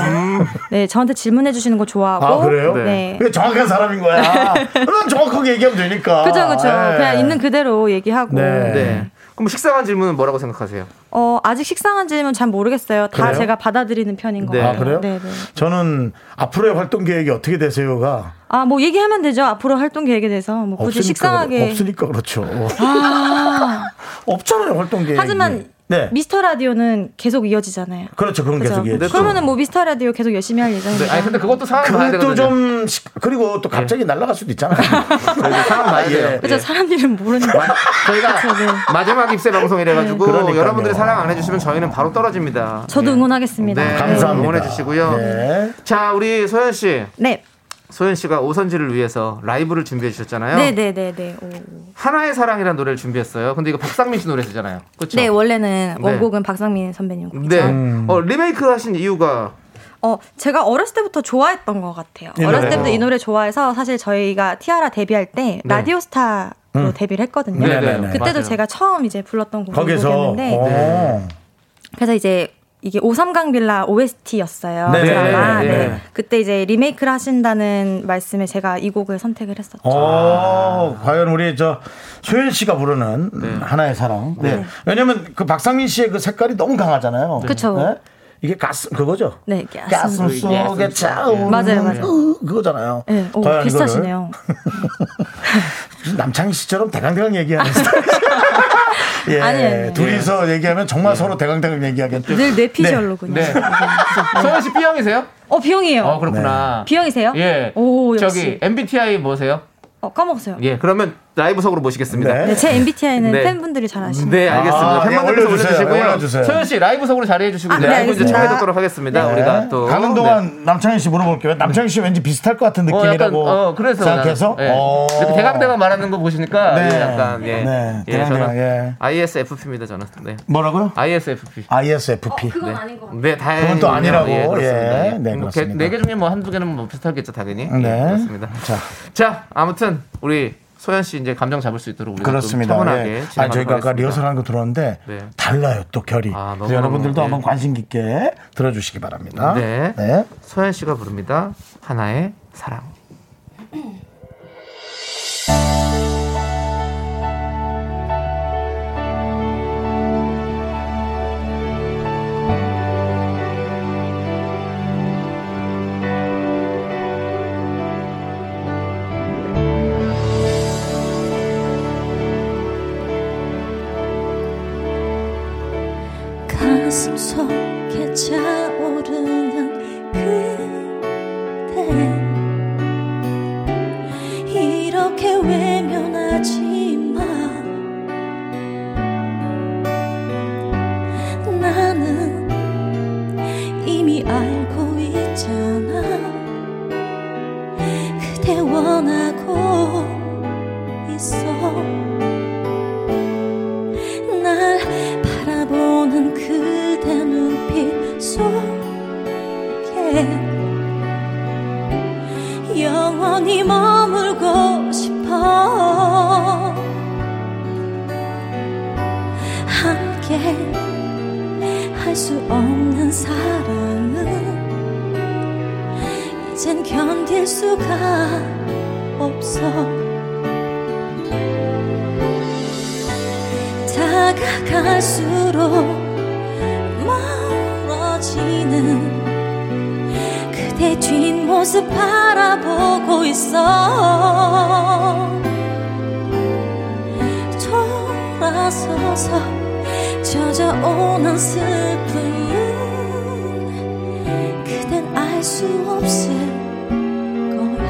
Speaker 8: 네, 저한테 질문해 주시는 거 좋아하고.
Speaker 1: 아 그래요?
Speaker 2: 네.
Speaker 8: 네.
Speaker 1: 그게 정확한 사람인 거야. 그럼 정확하게 얘기하면 되니까.
Speaker 8: 아, 그죠, 그죠.
Speaker 1: 예.
Speaker 8: 그냥 있는 그대로 얘기하고.
Speaker 1: 네.
Speaker 2: 네. 그럼 식상한 질문은 뭐라고 생각하세요?
Speaker 8: 어, 아직 식상한 질문 잘 모르겠어요. 다
Speaker 1: 그래요?
Speaker 8: 제가 받아들이는 편인 거
Speaker 2: 네.
Speaker 8: 같아요.
Speaker 1: 아 그래요?
Speaker 8: 네, 네.
Speaker 1: 저는 앞으로의 활동 계획이 어떻게 되세요가
Speaker 8: 아, 뭐 얘기하면 되죠. 앞으로 활동 계획에 대해서. 뭐 굳이
Speaker 1: 어, 없으니까
Speaker 8: 식상하게. 아.
Speaker 1: 그렇- 없으니까 그렇죠. 없잖아요 활동 계획.
Speaker 8: 하지만
Speaker 1: 네
Speaker 8: 미스터 라디오는 계속 이어지잖아요.
Speaker 1: 그렇죠 그건
Speaker 8: 그죠?
Speaker 1: 계속 이해죠.
Speaker 8: 그러면은 뭐 미스터 라디오 계속 열심히 할 예정입니다.
Speaker 2: 네. 아니 근데 그것도 상황 봐야 되거든요.
Speaker 1: 그것도
Speaker 2: 예.
Speaker 1: 좀 시- 그리고 또 갑자기 날아갈 수도 있잖아요.
Speaker 2: 그래도 상황 봐야 돼요.
Speaker 1: 예.
Speaker 8: 그죠?
Speaker 2: 예.
Speaker 8: 사람 일은 모르니까.
Speaker 2: 저희가
Speaker 8: 그쵸, 네.
Speaker 2: 마지막 입세 방송이라가지고
Speaker 1: 네. 그러니까요.
Speaker 2: 여러분들이 사랑 안 해주시면 저희는 바로 떨어집니다.
Speaker 8: 저도
Speaker 2: 예.
Speaker 8: 응원하겠습니다.
Speaker 2: 네,
Speaker 1: 감사합니다.
Speaker 2: 응원해 주시고요.
Speaker 1: 네.
Speaker 2: 자, 우리 소연 씨,
Speaker 8: 네.
Speaker 2: 소연 씨가 오선지를 위해서 라이브를 준비해 주셨잖아요.
Speaker 8: 네, 네, 네, 네. 오.
Speaker 2: 하나의 사랑이라는 노래를 준비했어요. 근데 이거 박상민 씨 노래잖아요. 그렇죠?
Speaker 8: 네, 원래는
Speaker 2: 네.
Speaker 8: 원곡은 박상민 선배님 곡이죠.
Speaker 2: 네. 어, 리메이크 하신 이유가
Speaker 8: 어, 제가 어렸을 때부터 좋아했던 것 같아요.
Speaker 1: 이
Speaker 8: 어렸을
Speaker 1: 노래요?
Speaker 8: 때부터 이 노래 좋아해서 사실 저희가 티아라 데뷔할 때 라디오스타로 데뷔를 했거든요.
Speaker 1: 네, 네, 네.
Speaker 8: 그때도
Speaker 2: 맞아요.
Speaker 8: 제가 처음 이제 불렀던 곡이
Speaker 1: 거기서
Speaker 8: 곡이었는데
Speaker 1: 어.
Speaker 2: 네.
Speaker 8: 그래서 이제 이게 오삼강 빌라 OST였어요.
Speaker 1: 네,
Speaker 8: 드라마.
Speaker 1: 네,
Speaker 8: 네,
Speaker 1: 네.
Speaker 8: 그때 이제 리메이크를 하신다는 말씀에 제가 이 곡을 선택을 했었죠.
Speaker 1: 어, 과연 우리 저 소연 씨가 부르는 하나의 사랑. 네. 왜냐면 그 박상민 씨의 그 색깔이 너무 강하잖아요. 네?
Speaker 8: 그쵸.
Speaker 1: 이게 가슴 그거죠.
Speaker 8: 네, 이게
Speaker 1: 가슴
Speaker 8: 아슴-
Speaker 1: 속에 차오르는
Speaker 8: 맞아요, 맞아요.
Speaker 1: 으, 음, 그거잖아요.
Speaker 8: 네, 오,
Speaker 1: 과연
Speaker 8: 비슷하시네요.
Speaker 1: 이거를 남창희 씨처럼 대강대강 얘기하는 스타일. 예,
Speaker 8: 아니, 예. 네. 아니.
Speaker 1: 둘이서 얘기하면 정말 서로 대강대강 얘기하긴.
Speaker 8: 늘 내 피셜로 그냥.
Speaker 2: 네. 소연 씨 B형이세요?
Speaker 8: 어 B형이에요.
Speaker 2: 어 그렇구나.
Speaker 8: B형이세요?
Speaker 2: 예.
Speaker 8: 오 역시.
Speaker 2: 저기 MBTI 뭐세요?
Speaker 8: 어 까먹었어요.
Speaker 2: 예. 그러면 라이브석으로 모시겠습니다.
Speaker 1: 네.
Speaker 8: 네, 제 MBTI는
Speaker 2: 네.
Speaker 8: 팬분들이 잘 아시는.
Speaker 2: 네, 알겠습니다.
Speaker 1: 아,
Speaker 2: 팬
Speaker 1: 예,
Speaker 2: 만들서
Speaker 1: 올려주세요.
Speaker 2: 올려주시고요.
Speaker 1: 예, 올려주세요.
Speaker 2: 서현 씨 라이브석으로 자리해 주시고
Speaker 8: 아,
Speaker 2: 이제
Speaker 8: 네,
Speaker 2: 라이브 이제
Speaker 8: 알겠습니다.
Speaker 2: 청해듣도록 하겠습니다.
Speaker 1: 네.
Speaker 2: 우리가 또
Speaker 1: 가는 동안 남창희 씨 물어볼게요. 남창희 씨 왠지 비슷할 것 같은
Speaker 2: 네. 어, 약간
Speaker 1: 느낌이라고
Speaker 2: 어, 그래서
Speaker 1: 생각해서
Speaker 2: 나는, 예.
Speaker 1: 어.
Speaker 2: 이렇게 대강대강 말하는 거 보시니까
Speaker 1: 네.
Speaker 2: 예, 약간 예,
Speaker 1: 네,
Speaker 2: 예,
Speaker 1: 대강대강,
Speaker 2: 저는
Speaker 1: 예.
Speaker 2: ISFP입니다. 저는 네.
Speaker 1: 뭐라고요?
Speaker 2: ISFP.
Speaker 1: ISFP.
Speaker 8: 어, 그건 아닌 것 같아요.
Speaker 2: 네, 다행히
Speaker 1: 그건 또 아니라고.
Speaker 2: 예, 그렇습니다.
Speaker 1: 예, 네,
Speaker 2: 뭐 개-
Speaker 1: 그렇습니다.
Speaker 2: 네개 중에 뭐 한두 개는 뭐 비슷하겠죠, 당연히. 예,
Speaker 1: 네.
Speaker 2: 그렇습니다.
Speaker 1: 자.
Speaker 2: 자. 아무튼 우리 소연 씨 이제 감정 잡을 수 있도록 우리가
Speaker 1: 그렇습니다.
Speaker 2: 좀 차분하게
Speaker 1: 예.
Speaker 2: 진행하도록
Speaker 1: 아니, 저희가 아까
Speaker 2: 하겠습니다.
Speaker 1: 리허설한 거 들었는데
Speaker 2: 네.
Speaker 1: 달라요 또 결이.
Speaker 2: 아,
Speaker 1: 그래서
Speaker 2: 너무너무,
Speaker 1: 여러분들도
Speaker 2: 네.
Speaker 1: 한번 관심 깊게 들어주시기 바랍니다.
Speaker 2: 네.
Speaker 1: 네.
Speaker 2: 소연 씨가 부릅니다. 하나의 사랑.
Speaker 6: 가슴 속에 차오르는 그대 이렇게 외면하지 마 나는 이미 알고 있잖아 그대 원하고 있어 날 바라보는 그대 눈빛 속에 영원히 머물고 싶어 함께 할 수 없는 사랑은 이젠 견딜 수가 없어 다가갈수록 멀어지는 그대 뒷모습 바라보고 있어 돌아서서 젖어오는 슬픔은 그댄 알 수 없을 거야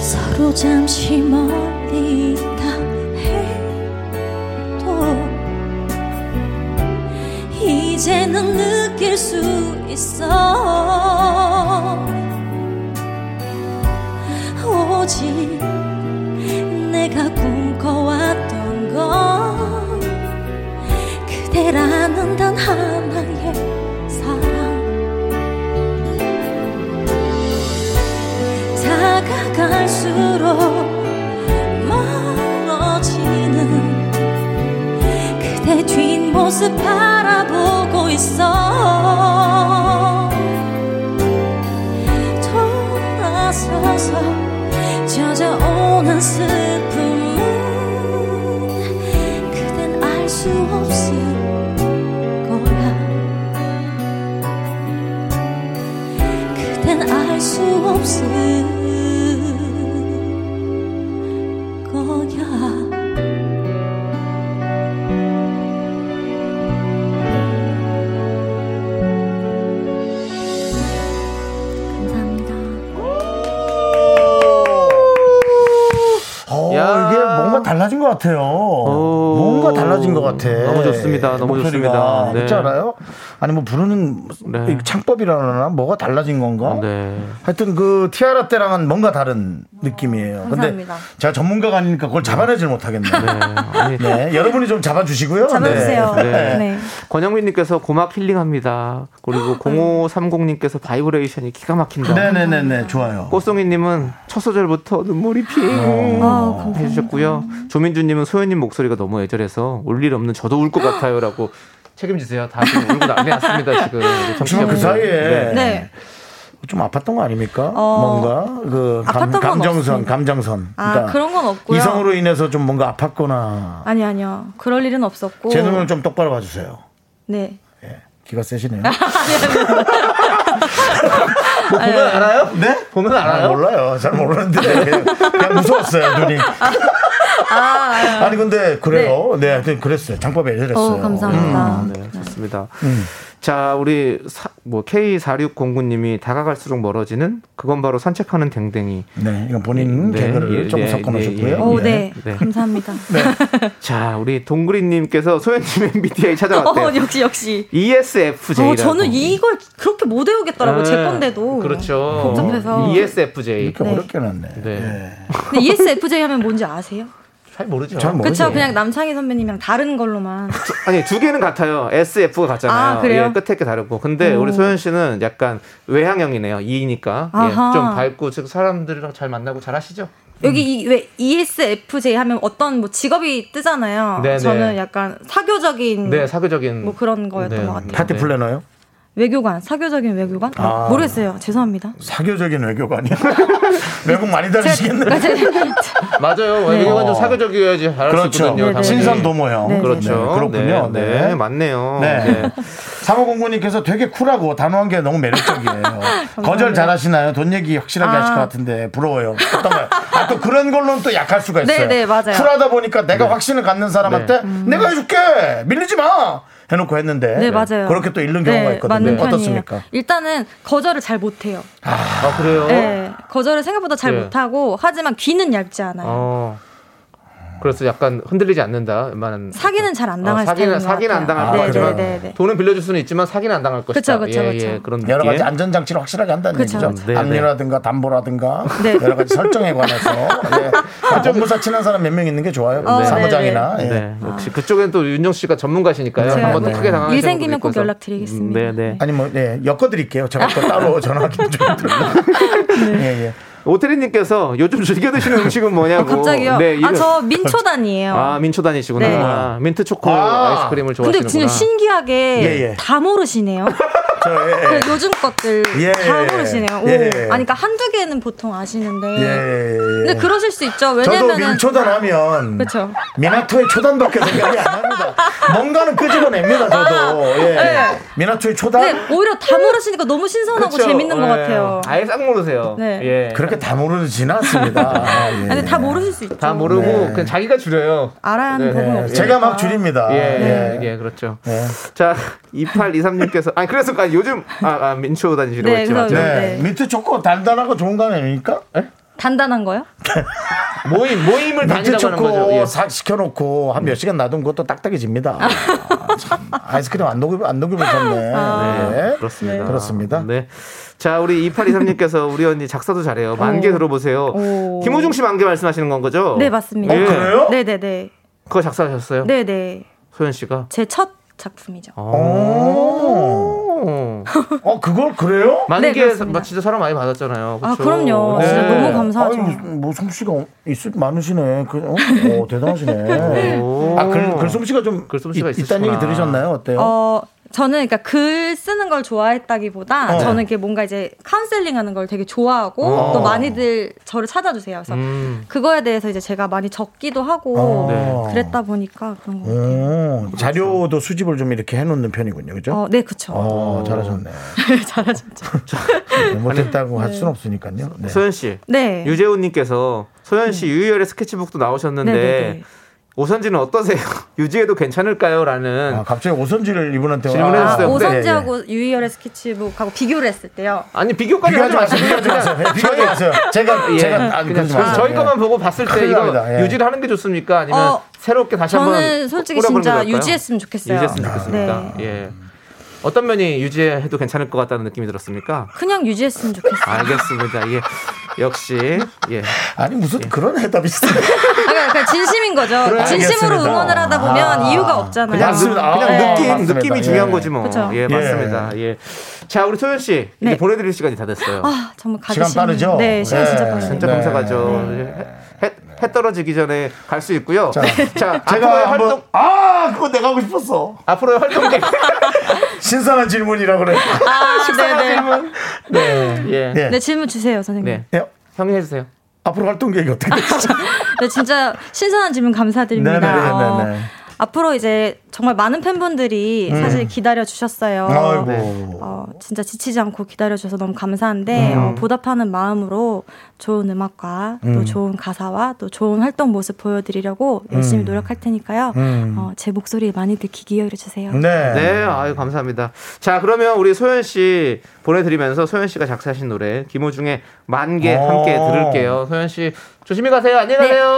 Speaker 6: 서로 잠시 멀리 있다 해도 이제는 느낄 수 있어 오직 내가 꿈꿔왔던 건 그대라는 단 하나의 사랑 다가갈수록 멀어지는 그대 뒷모습 바라보고 있어 돌아서서 젖어오는 슬픔은 그댄 알 수 없을 거야 그댄 알 수 없을 거야. 감사합니다.
Speaker 1: 어,
Speaker 2: 야.
Speaker 1: 이게 뭔가 달라진 것 같아요.
Speaker 2: 오.
Speaker 1: 톤과 달라진 것 같아.
Speaker 2: 너무 좋습니다. 너무 좋습니다. 네.
Speaker 1: 그렇지 않아요? 아니 뭐 부르는
Speaker 2: 네.
Speaker 1: 이 창법이라나 뭐가 달라진 건가?
Speaker 2: 네.
Speaker 1: 하여튼 그 티아라 때랑은 뭔가 다른 느낌이에요.
Speaker 8: 감사합니다.
Speaker 1: 근데 제가 전문가가 아니니까 그걸 잡아내질 못하겠네요.
Speaker 2: 네. 아니,
Speaker 1: 네, 여러분이 좀 잡아주시고요.
Speaker 8: 잡아주세요.
Speaker 1: 네.
Speaker 8: 네.
Speaker 2: 권영민님께서 고막 힐링합니다. 그리고 0530님께서 바이브레이션이 기가 막힌다.
Speaker 1: 아, 네, 네, 네, 네, 좋아요.
Speaker 2: 꽃송이님은 첫 소절부터 눈물이
Speaker 1: 어. 음.
Speaker 2: 핑
Speaker 8: 아, 감사합니다.
Speaker 2: 해주셨고요. 조민주님은 소연님 목소리가 너무 애절해서 올 일 없는 저도 울 것 같아요라고 책임지세요. 다 지금 울고 난리 났습니다 지금. 우리
Speaker 1: 지금 그
Speaker 2: 청취자분들.
Speaker 1: 사이에
Speaker 2: 네.
Speaker 8: 네.
Speaker 1: 좀 아팠던 거 아닙니까?
Speaker 8: 어,
Speaker 1: 뭔가 그 감,
Speaker 8: 아팠던 건
Speaker 1: 감정선,
Speaker 8: 없습니다.
Speaker 1: 감정선. 그러니까
Speaker 8: 아, 그런 건 없고요.
Speaker 1: 이성으로 인해서 좀 뭔가 아팠거나
Speaker 8: 아니 아니요. 그럴 일은 없었고.
Speaker 1: 제 눈을 좀 똑바로 봐주세요.
Speaker 8: 네.
Speaker 1: 예, 기가 세시네요.
Speaker 2: 보면 알아요?
Speaker 1: 네?
Speaker 2: 보면
Speaker 1: 뭐 아,
Speaker 2: 알아요?
Speaker 1: 몰라요. 잘 모르는데 그냥, 그냥 무서웠어요 눈이. 아, 니 근데 그래요. 네, 하여튼 그랬어요. 장법에
Speaker 8: 어
Speaker 1: 이랬어요. 음.
Speaker 8: 감사합니다.
Speaker 2: 네, 좋습니다. 자, 우리 사, 뭐 K4609님이 다가갈수록 멀어지는 그건 바로 산책하는 댕댕이.
Speaker 1: 네, 이건 본인
Speaker 2: 네,
Speaker 1: 개그를
Speaker 2: 예,
Speaker 1: 조금
Speaker 2: 예,
Speaker 1: 섞어놓으셨고요.
Speaker 2: 예,
Speaker 8: 오,
Speaker 2: 예.
Speaker 8: 네.
Speaker 2: 네.
Speaker 8: 감사합니다.
Speaker 2: 자, 우리 동그리님께서 소연님 MBTI 찾아왔대요. E
Speaker 8: 어, 역시, 역시.
Speaker 2: ESFJ라고.
Speaker 8: 어, 저는 이걸 그렇게 못 외우겠더라고, 제
Speaker 2: 네,
Speaker 8: 건데도.
Speaker 2: 그렇죠.
Speaker 8: 복잡해서.
Speaker 2: ESFJ.
Speaker 1: 이렇게
Speaker 8: 네.
Speaker 1: 어렵게 났네. 예.
Speaker 2: 네.
Speaker 8: 근데 E ESFJ 하면 뭔지 아세요?
Speaker 2: 잘 모르죠.
Speaker 1: 잘 모르죠.
Speaker 8: 그쵸, 그냥 남창희 선배님이랑 다른 걸로만.
Speaker 2: 아니 두 개는 같아요. SF가 같잖아요.
Speaker 8: 아, 그래요? 음.
Speaker 2: 예, 끝에 게 다르고. 근데 우리 소연 씨는 약간 외향형이네요. E니까 예,
Speaker 8: 아하.
Speaker 2: 좀 밝고 즉 사람들이랑 잘 만나고 잘 하시죠.
Speaker 8: 여기 이, 왜 E ESFJ 하면 어떤 뭐 직업이 뜨잖아요.
Speaker 2: 네, 네.
Speaker 8: 저는 약간 사교적인
Speaker 2: 네, 사교적인
Speaker 8: 음. 뭐 그런 거였던
Speaker 2: 네,
Speaker 8: 것 같아요.
Speaker 1: 파티
Speaker 2: 네.
Speaker 1: 플래너요?
Speaker 8: 외교관, 사교적인 외교관? 네,
Speaker 1: 아.
Speaker 8: 모르겠어요. 죄송합니다.
Speaker 1: 사교적인 외교가 아니야. 외국 많이 다니시겠네.
Speaker 2: 맞아요.
Speaker 8: 네.
Speaker 2: 이게 완전 사교적이어야지 할 수
Speaker 1: 그렇죠.
Speaker 2: 있거든요.
Speaker 8: 네, 네.
Speaker 2: 당연히.
Speaker 1: 신선 도모형.
Speaker 8: 네,
Speaker 2: 그렇죠.
Speaker 1: 그렇군요.
Speaker 2: 네, 네, 맞네요.
Speaker 1: 네.
Speaker 2: 네.
Speaker 1: 사모공군님께서 되게 쿨하고 단호한 게 너무 매력적이에요. 거절 잘하시나요? 돈 얘기 확실하게
Speaker 8: 아.
Speaker 1: 하실 것 같은데 부러워요. 어떤가요? 아, 또 그런 걸로는 또 약할 수가 있어요.
Speaker 8: 네, 네, 맞아요.
Speaker 1: 쿨하다 보니까
Speaker 2: 네.
Speaker 1: 내가 확신을 갖는 사람한테 내가 해줄게 밀리지 마 해놓고 했는데
Speaker 8: 네, 맞아요.
Speaker 1: 그렇게 또 잃는
Speaker 8: 네,
Speaker 1: 경우가 있거든요.
Speaker 8: 맞는 편이에요.
Speaker 1: 어떻습니까? 어?
Speaker 8: 일단은 거절을 잘 못해요.
Speaker 2: 아 그래요?
Speaker 8: 네, 거절을 생각보다 잘
Speaker 2: 네.
Speaker 8: 못하고 하지만 귀는 얇지 않아요.
Speaker 2: 어. 그래서 약간 흔들리지 않는다. 웬만한
Speaker 8: 사기는 잘 안
Speaker 2: 어,
Speaker 8: 당할
Speaker 2: 사기는
Speaker 8: 스타일인 것
Speaker 2: 사기는 안
Speaker 8: 같아요.
Speaker 2: 당할 것
Speaker 8: 네,
Speaker 2: 같지만
Speaker 8: 네, 네, 네.
Speaker 2: 돈은 빌려줄 수는 있지만 사기는 안 당할 것이다.
Speaker 8: 그쵸,
Speaker 2: 예,
Speaker 8: 그쵸.
Speaker 2: 예, 그런 느낌.
Speaker 1: 여러 가지 안전장치를 확실하게 한다는
Speaker 8: 그쵸,
Speaker 1: 얘기죠.
Speaker 2: 그쵸. 네,
Speaker 1: 압류라든가 담보라든가
Speaker 8: 네.
Speaker 1: 여러 가지 설정에 관해서 예. 법무사 친한 사람 몇 명 있는 게 좋아요.
Speaker 8: 어, 네,
Speaker 1: 사무장이나 예.
Speaker 2: 네, 역시 그쪽엔 또 윤정 씨가 전문가시니까요.
Speaker 8: 제가
Speaker 1: 네.
Speaker 2: 한번 더
Speaker 8: 뭐
Speaker 2: 크게 당하시는
Speaker 8: 일 생기면 꼭 연락드리겠습니다.
Speaker 2: 네, 네.
Speaker 1: 아니 뭐 예, 엮어드릴게요. 제가 또 따로 전화하기 좀 힘들어요.
Speaker 8: 네.
Speaker 1: 예, 예.
Speaker 2: 오태리님께서 요즘 즐겨 드시는 음식은 뭐냐고.
Speaker 8: 갑자기요.
Speaker 2: 네, 이름-
Speaker 8: 아, 저 민초단이에요.
Speaker 2: 아, 민초 다니시구나.
Speaker 8: 네.
Speaker 2: 아, 민트 초코
Speaker 1: 아.
Speaker 2: 아~ 이스크림을 좋아하시는구나.
Speaker 8: 근데 진짜 신기하게
Speaker 1: 예, 예.
Speaker 8: 다 모르시네요.
Speaker 1: 저, 예, 예.
Speaker 8: 그 요즘 것들
Speaker 1: 예,
Speaker 8: 다
Speaker 1: 예.
Speaker 8: 모르시네요. 오.
Speaker 1: 예.
Speaker 8: 아니, 그러니까 한두 개는 보통 아시는데.
Speaker 1: 예, 예, 예.
Speaker 8: 근데 그러실 수 있죠.
Speaker 1: 저도
Speaker 8: 왜냐면은
Speaker 1: 민초단 하면
Speaker 8: 그쵸.
Speaker 1: 미나토의 초단밖에 생각이 안 납니다. 뭔가는 끄집어냅니다. 저도 예.
Speaker 8: 아, 네.
Speaker 1: 미나토의 초단
Speaker 8: 네, 오히려
Speaker 1: 음.
Speaker 8: 다 모르시니까 너무 신선하고
Speaker 2: 그쵸?
Speaker 8: 재밌는 것
Speaker 2: 예.
Speaker 8: 같아요. 아
Speaker 2: 아예 싹 모르세요.
Speaker 8: 네.
Speaker 2: 예.
Speaker 1: 그렇게 다 모르진 않습니다. 아, 예.
Speaker 8: 근데 다 모르실 수 있죠.
Speaker 2: 다 모르고
Speaker 1: 네.
Speaker 2: 그냥 자기가 줄여요.
Speaker 8: 알아야 하는 법은
Speaker 1: 예,
Speaker 8: 없어요. 아.
Speaker 1: 제가 막 줄입니다.
Speaker 2: 예,
Speaker 1: 예.
Speaker 2: 예, 예, 그렇죠.
Speaker 1: 네.
Speaker 2: 자, 2823님께서 아니 그래서 아, 요즘 아, 아 민초 다니시라고
Speaker 8: 네,
Speaker 2: 했지만
Speaker 8: 그래서-
Speaker 1: 네.
Speaker 8: 네.
Speaker 1: 민트 초코 단단하고 좋은 거 아닙니까?
Speaker 8: 단단한 거요?
Speaker 2: 모임
Speaker 8: 네,
Speaker 2: 모임을
Speaker 1: 민트
Speaker 2: 다니라고 하는 거죠.
Speaker 1: 초코
Speaker 2: 예.
Speaker 1: 싹 시켜놓고 한 몇 시간 놔둔 것도 딱딱해집니다. 아, 참 아이스크림 안 녹여 안 녹여 보셨네. 네.
Speaker 2: 예. 아. 그렇습니다.
Speaker 1: 그렇습니다.
Speaker 2: 네. 자, 우리 2823님께서 우리 언니 작사도 잘해요. 만개 들어보세요.
Speaker 8: 오.
Speaker 2: 김호중 씨 만개 말씀하시는 건 거죠?
Speaker 8: 네, 맞습니다.
Speaker 2: 예.
Speaker 1: 어. 그래요?
Speaker 8: 네네네.
Speaker 2: 그거 작사하셨어요?
Speaker 8: 네네.
Speaker 2: 소연 씨가?
Speaker 8: 제 첫 작품이죠.
Speaker 1: 오.
Speaker 2: 오.
Speaker 1: 어 그걸 그래요?
Speaker 2: 만개 사-
Speaker 8: 네, 그렇습니다.
Speaker 2: 진짜 사랑 많이 받았잖아요. 그쵸?
Speaker 8: 아, 그럼요.
Speaker 2: 네.
Speaker 8: 진짜 너무 감사하죠.
Speaker 1: 아유, 뭐 솜씨가 있을 많으시네. 그, 어? 오, 대단하시네.
Speaker 2: 오.
Speaker 1: 아, 글, 글솜씨가 좀
Speaker 2: 글솜씨가
Speaker 1: 있, 있다는 얘기
Speaker 2: 있으시구나.
Speaker 1: 들으셨나요? 어때요?
Speaker 8: 어, 저는 그러니까 글 쓰는 걸 좋아했다기보다
Speaker 1: 어.
Speaker 8: 저는 이렇게 뭔가 이제 카운셀링 하는 걸 되게 좋아하고
Speaker 2: 어.
Speaker 8: 또 많이들 저를 찾아주세요. 그래서
Speaker 2: 음.
Speaker 8: 그거에 대해서 이제 제가 많이 적기도 하고
Speaker 1: 어. 음. 네.
Speaker 8: 그랬다 보니까 그런 거. 같아요.
Speaker 1: 오, 자료도 수집을 좀 이렇게 해놓는 편이군요. 그죠?
Speaker 8: 어, 네, 그쵸.
Speaker 1: 어, 잘하셨네.
Speaker 8: 잘하셨죠.
Speaker 1: 네, 못했다고 할 순 없으니까요. 네.
Speaker 2: 소연 씨.
Speaker 8: 네.
Speaker 2: 유재훈님께서 소연 씨 유희열의 스케치북도 나오셨는데
Speaker 8: 네네네.
Speaker 2: 오선지는 어떠세요? 유지해도 괜찮을까요?라는
Speaker 1: 아, 갑자기 오선지를 이분한테
Speaker 2: 질문해
Speaker 1: 아,
Speaker 8: 아,
Speaker 2: 해주세요. 네,
Speaker 8: 오선지하고 유희열의 스케치북하고 비교를 했을 때요.
Speaker 2: 아니 비교까지
Speaker 1: 비교하지 마세요. 비교하지
Speaker 2: 그냥-
Speaker 1: 마세요. 비교하지 마세요. 제가
Speaker 2: 예.
Speaker 1: 제가 아,
Speaker 2: 그냥
Speaker 1: 그러지
Speaker 2: 저,
Speaker 1: 마세요.
Speaker 2: 저희
Speaker 1: 예.
Speaker 2: 것만 보고 봤을 때
Speaker 1: 큰일
Speaker 2: 이거
Speaker 1: 납니다. 예.
Speaker 2: 유지를 하는 게 좋습니까? 아니면
Speaker 8: 어.
Speaker 2: 새롭게 다시 한번
Speaker 8: 저는 솔직히
Speaker 2: 꾸려보는 게
Speaker 8: 진짜
Speaker 2: 어떨까요?
Speaker 8: 유지했으면 좋겠어요.
Speaker 2: 유지했으면 좋겠습니다.
Speaker 8: 네.
Speaker 2: 예. 어떤 면이 유지해도 괜찮을 것 같다는 느낌이 들었습니까?
Speaker 8: 그냥 유지했으면 좋겠어요. 아,
Speaker 2: 알겠습니다. 예. 역시 예.
Speaker 1: 아니 무슨 그런 해답이 있어요?
Speaker 8: 아, 그러니까 그냥 진심인 거죠. 진심으로
Speaker 1: 알겠습니다.
Speaker 8: 응원을 하다 보면
Speaker 1: 아,
Speaker 8: 이유가 없잖아요.
Speaker 1: 그냥 맞습니다. 아,
Speaker 2: 그냥
Speaker 1: 네.
Speaker 2: 느낌
Speaker 1: 맞습니다.
Speaker 2: 느낌이
Speaker 1: 예.
Speaker 2: 중요한 거지 뭐.
Speaker 8: 그쵸.
Speaker 2: 예, 맞습니다. 예. 자, 우리 소연 씨 이제
Speaker 8: 네.
Speaker 2: 보내드릴 시간이 다 됐어요.
Speaker 8: 아, 정말 가기
Speaker 1: 시간
Speaker 8: 싫네요.
Speaker 1: 빠르죠?
Speaker 8: 네, 시간
Speaker 1: 네.
Speaker 8: 진짜 빠르네요.
Speaker 2: 진짜
Speaker 1: 네.
Speaker 2: 감사하죠. 예, 해, 해- 해 떨어지기 전에 갈 수 있고요. 자, 앞으로의
Speaker 1: 제가 한번
Speaker 2: 활동
Speaker 1: 아 그거 내가 하고 싶었어.
Speaker 2: 앞으로의 활동 계획.
Speaker 1: 신선한 질문이라 그래.
Speaker 8: 아, 네, 네.
Speaker 2: 예.
Speaker 1: 예.
Speaker 8: 네, 질문 주세요, 선생님.
Speaker 2: 네.
Speaker 8: 네.
Speaker 1: 예.
Speaker 2: 형이 해주세요.
Speaker 1: 앞으로 활동 계획이 어떻게 되시죠?
Speaker 8: 네, 진짜 신선한 질문 감사드립니다.
Speaker 1: 네, 네, 네, 네,
Speaker 8: 어,
Speaker 1: 네. 음.
Speaker 8: 앞으로 이제 정말 많은 팬분들이 사실 기다려 주셨어요.
Speaker 1: 아이고.
Speaker 8: 어, 진짜 지치지 않고 기다려줘서 너무
Speaker 1: 음.
Speaker 8: 감사한데 어, 보답하는 마음으로 좋은 음악과 또 좋은 가사와 또 좋은 활동 모습 보여드리려고 열심히
Speaker 1: 음.
Speaker 8: 노력할 테니까요. 어, 제 목소리 많이 듣기 기여해주세요.
Speaker 1: 네.
Speaker 2: 네, 아유 감사합니다. 자, 그러면 우리 소연 씨 보내드리면서 소연 씨가 작사하신 노래 김호중의 만개
Speaker 1: 오.
Speaker 2: 함께 들을게요. 소연 씨 조심히 가세요. 안녕히 가세요.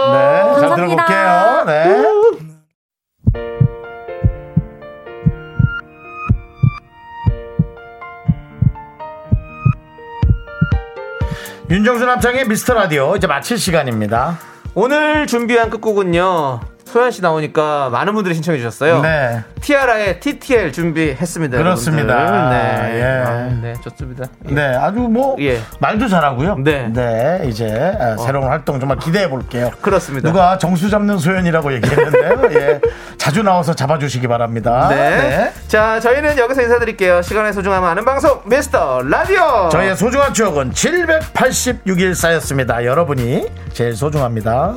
Speaker 1: 네, 잘
Speaker 8: 감사합니다.
Speaker 1: 들어볼게요. 네. 윤정수 남창의 미스터 라디오 이제 마칠 시간입니다.
Speaker 2: 오늘 준비한 끝곡은요. 소연 씨 나오니까 많은 분들이 신청해 주셨어요.
Speaker 1: 네.
Speaker 2: 티아라의 TTL 준비했습니다.
Speaker 1: 그렇습니다.
Speaker 2: 여러분들. 네,
Speaker 1: 예.
Speaker 2: 아, 네, 좋습니다. 예.
Speaker 1: 네, 아주 뭐
Speaker 2: 예.
Speaker 1: 말도 잘하고요.
Speaker 2: 네. 어.
Speaker 1: 이제 아, 새로운 활동 정말 기대해 볼게요.
Speaker 2: 그렇습니다.
Speaker 1: 누가 정수 잡는 소연이라고 얘기했는데요. 예. 자주 나와서 잡아주시기 바랍니다.
Speaker 2: 네. 자, 저희는 여기서 인사드릴게요. 시간의 소중함 아는 방송 미스터 라디오.
Speaker 1: 저희의 소중한 추억은 786일 쌓였습니다. 여러분이 제일 소중합니다.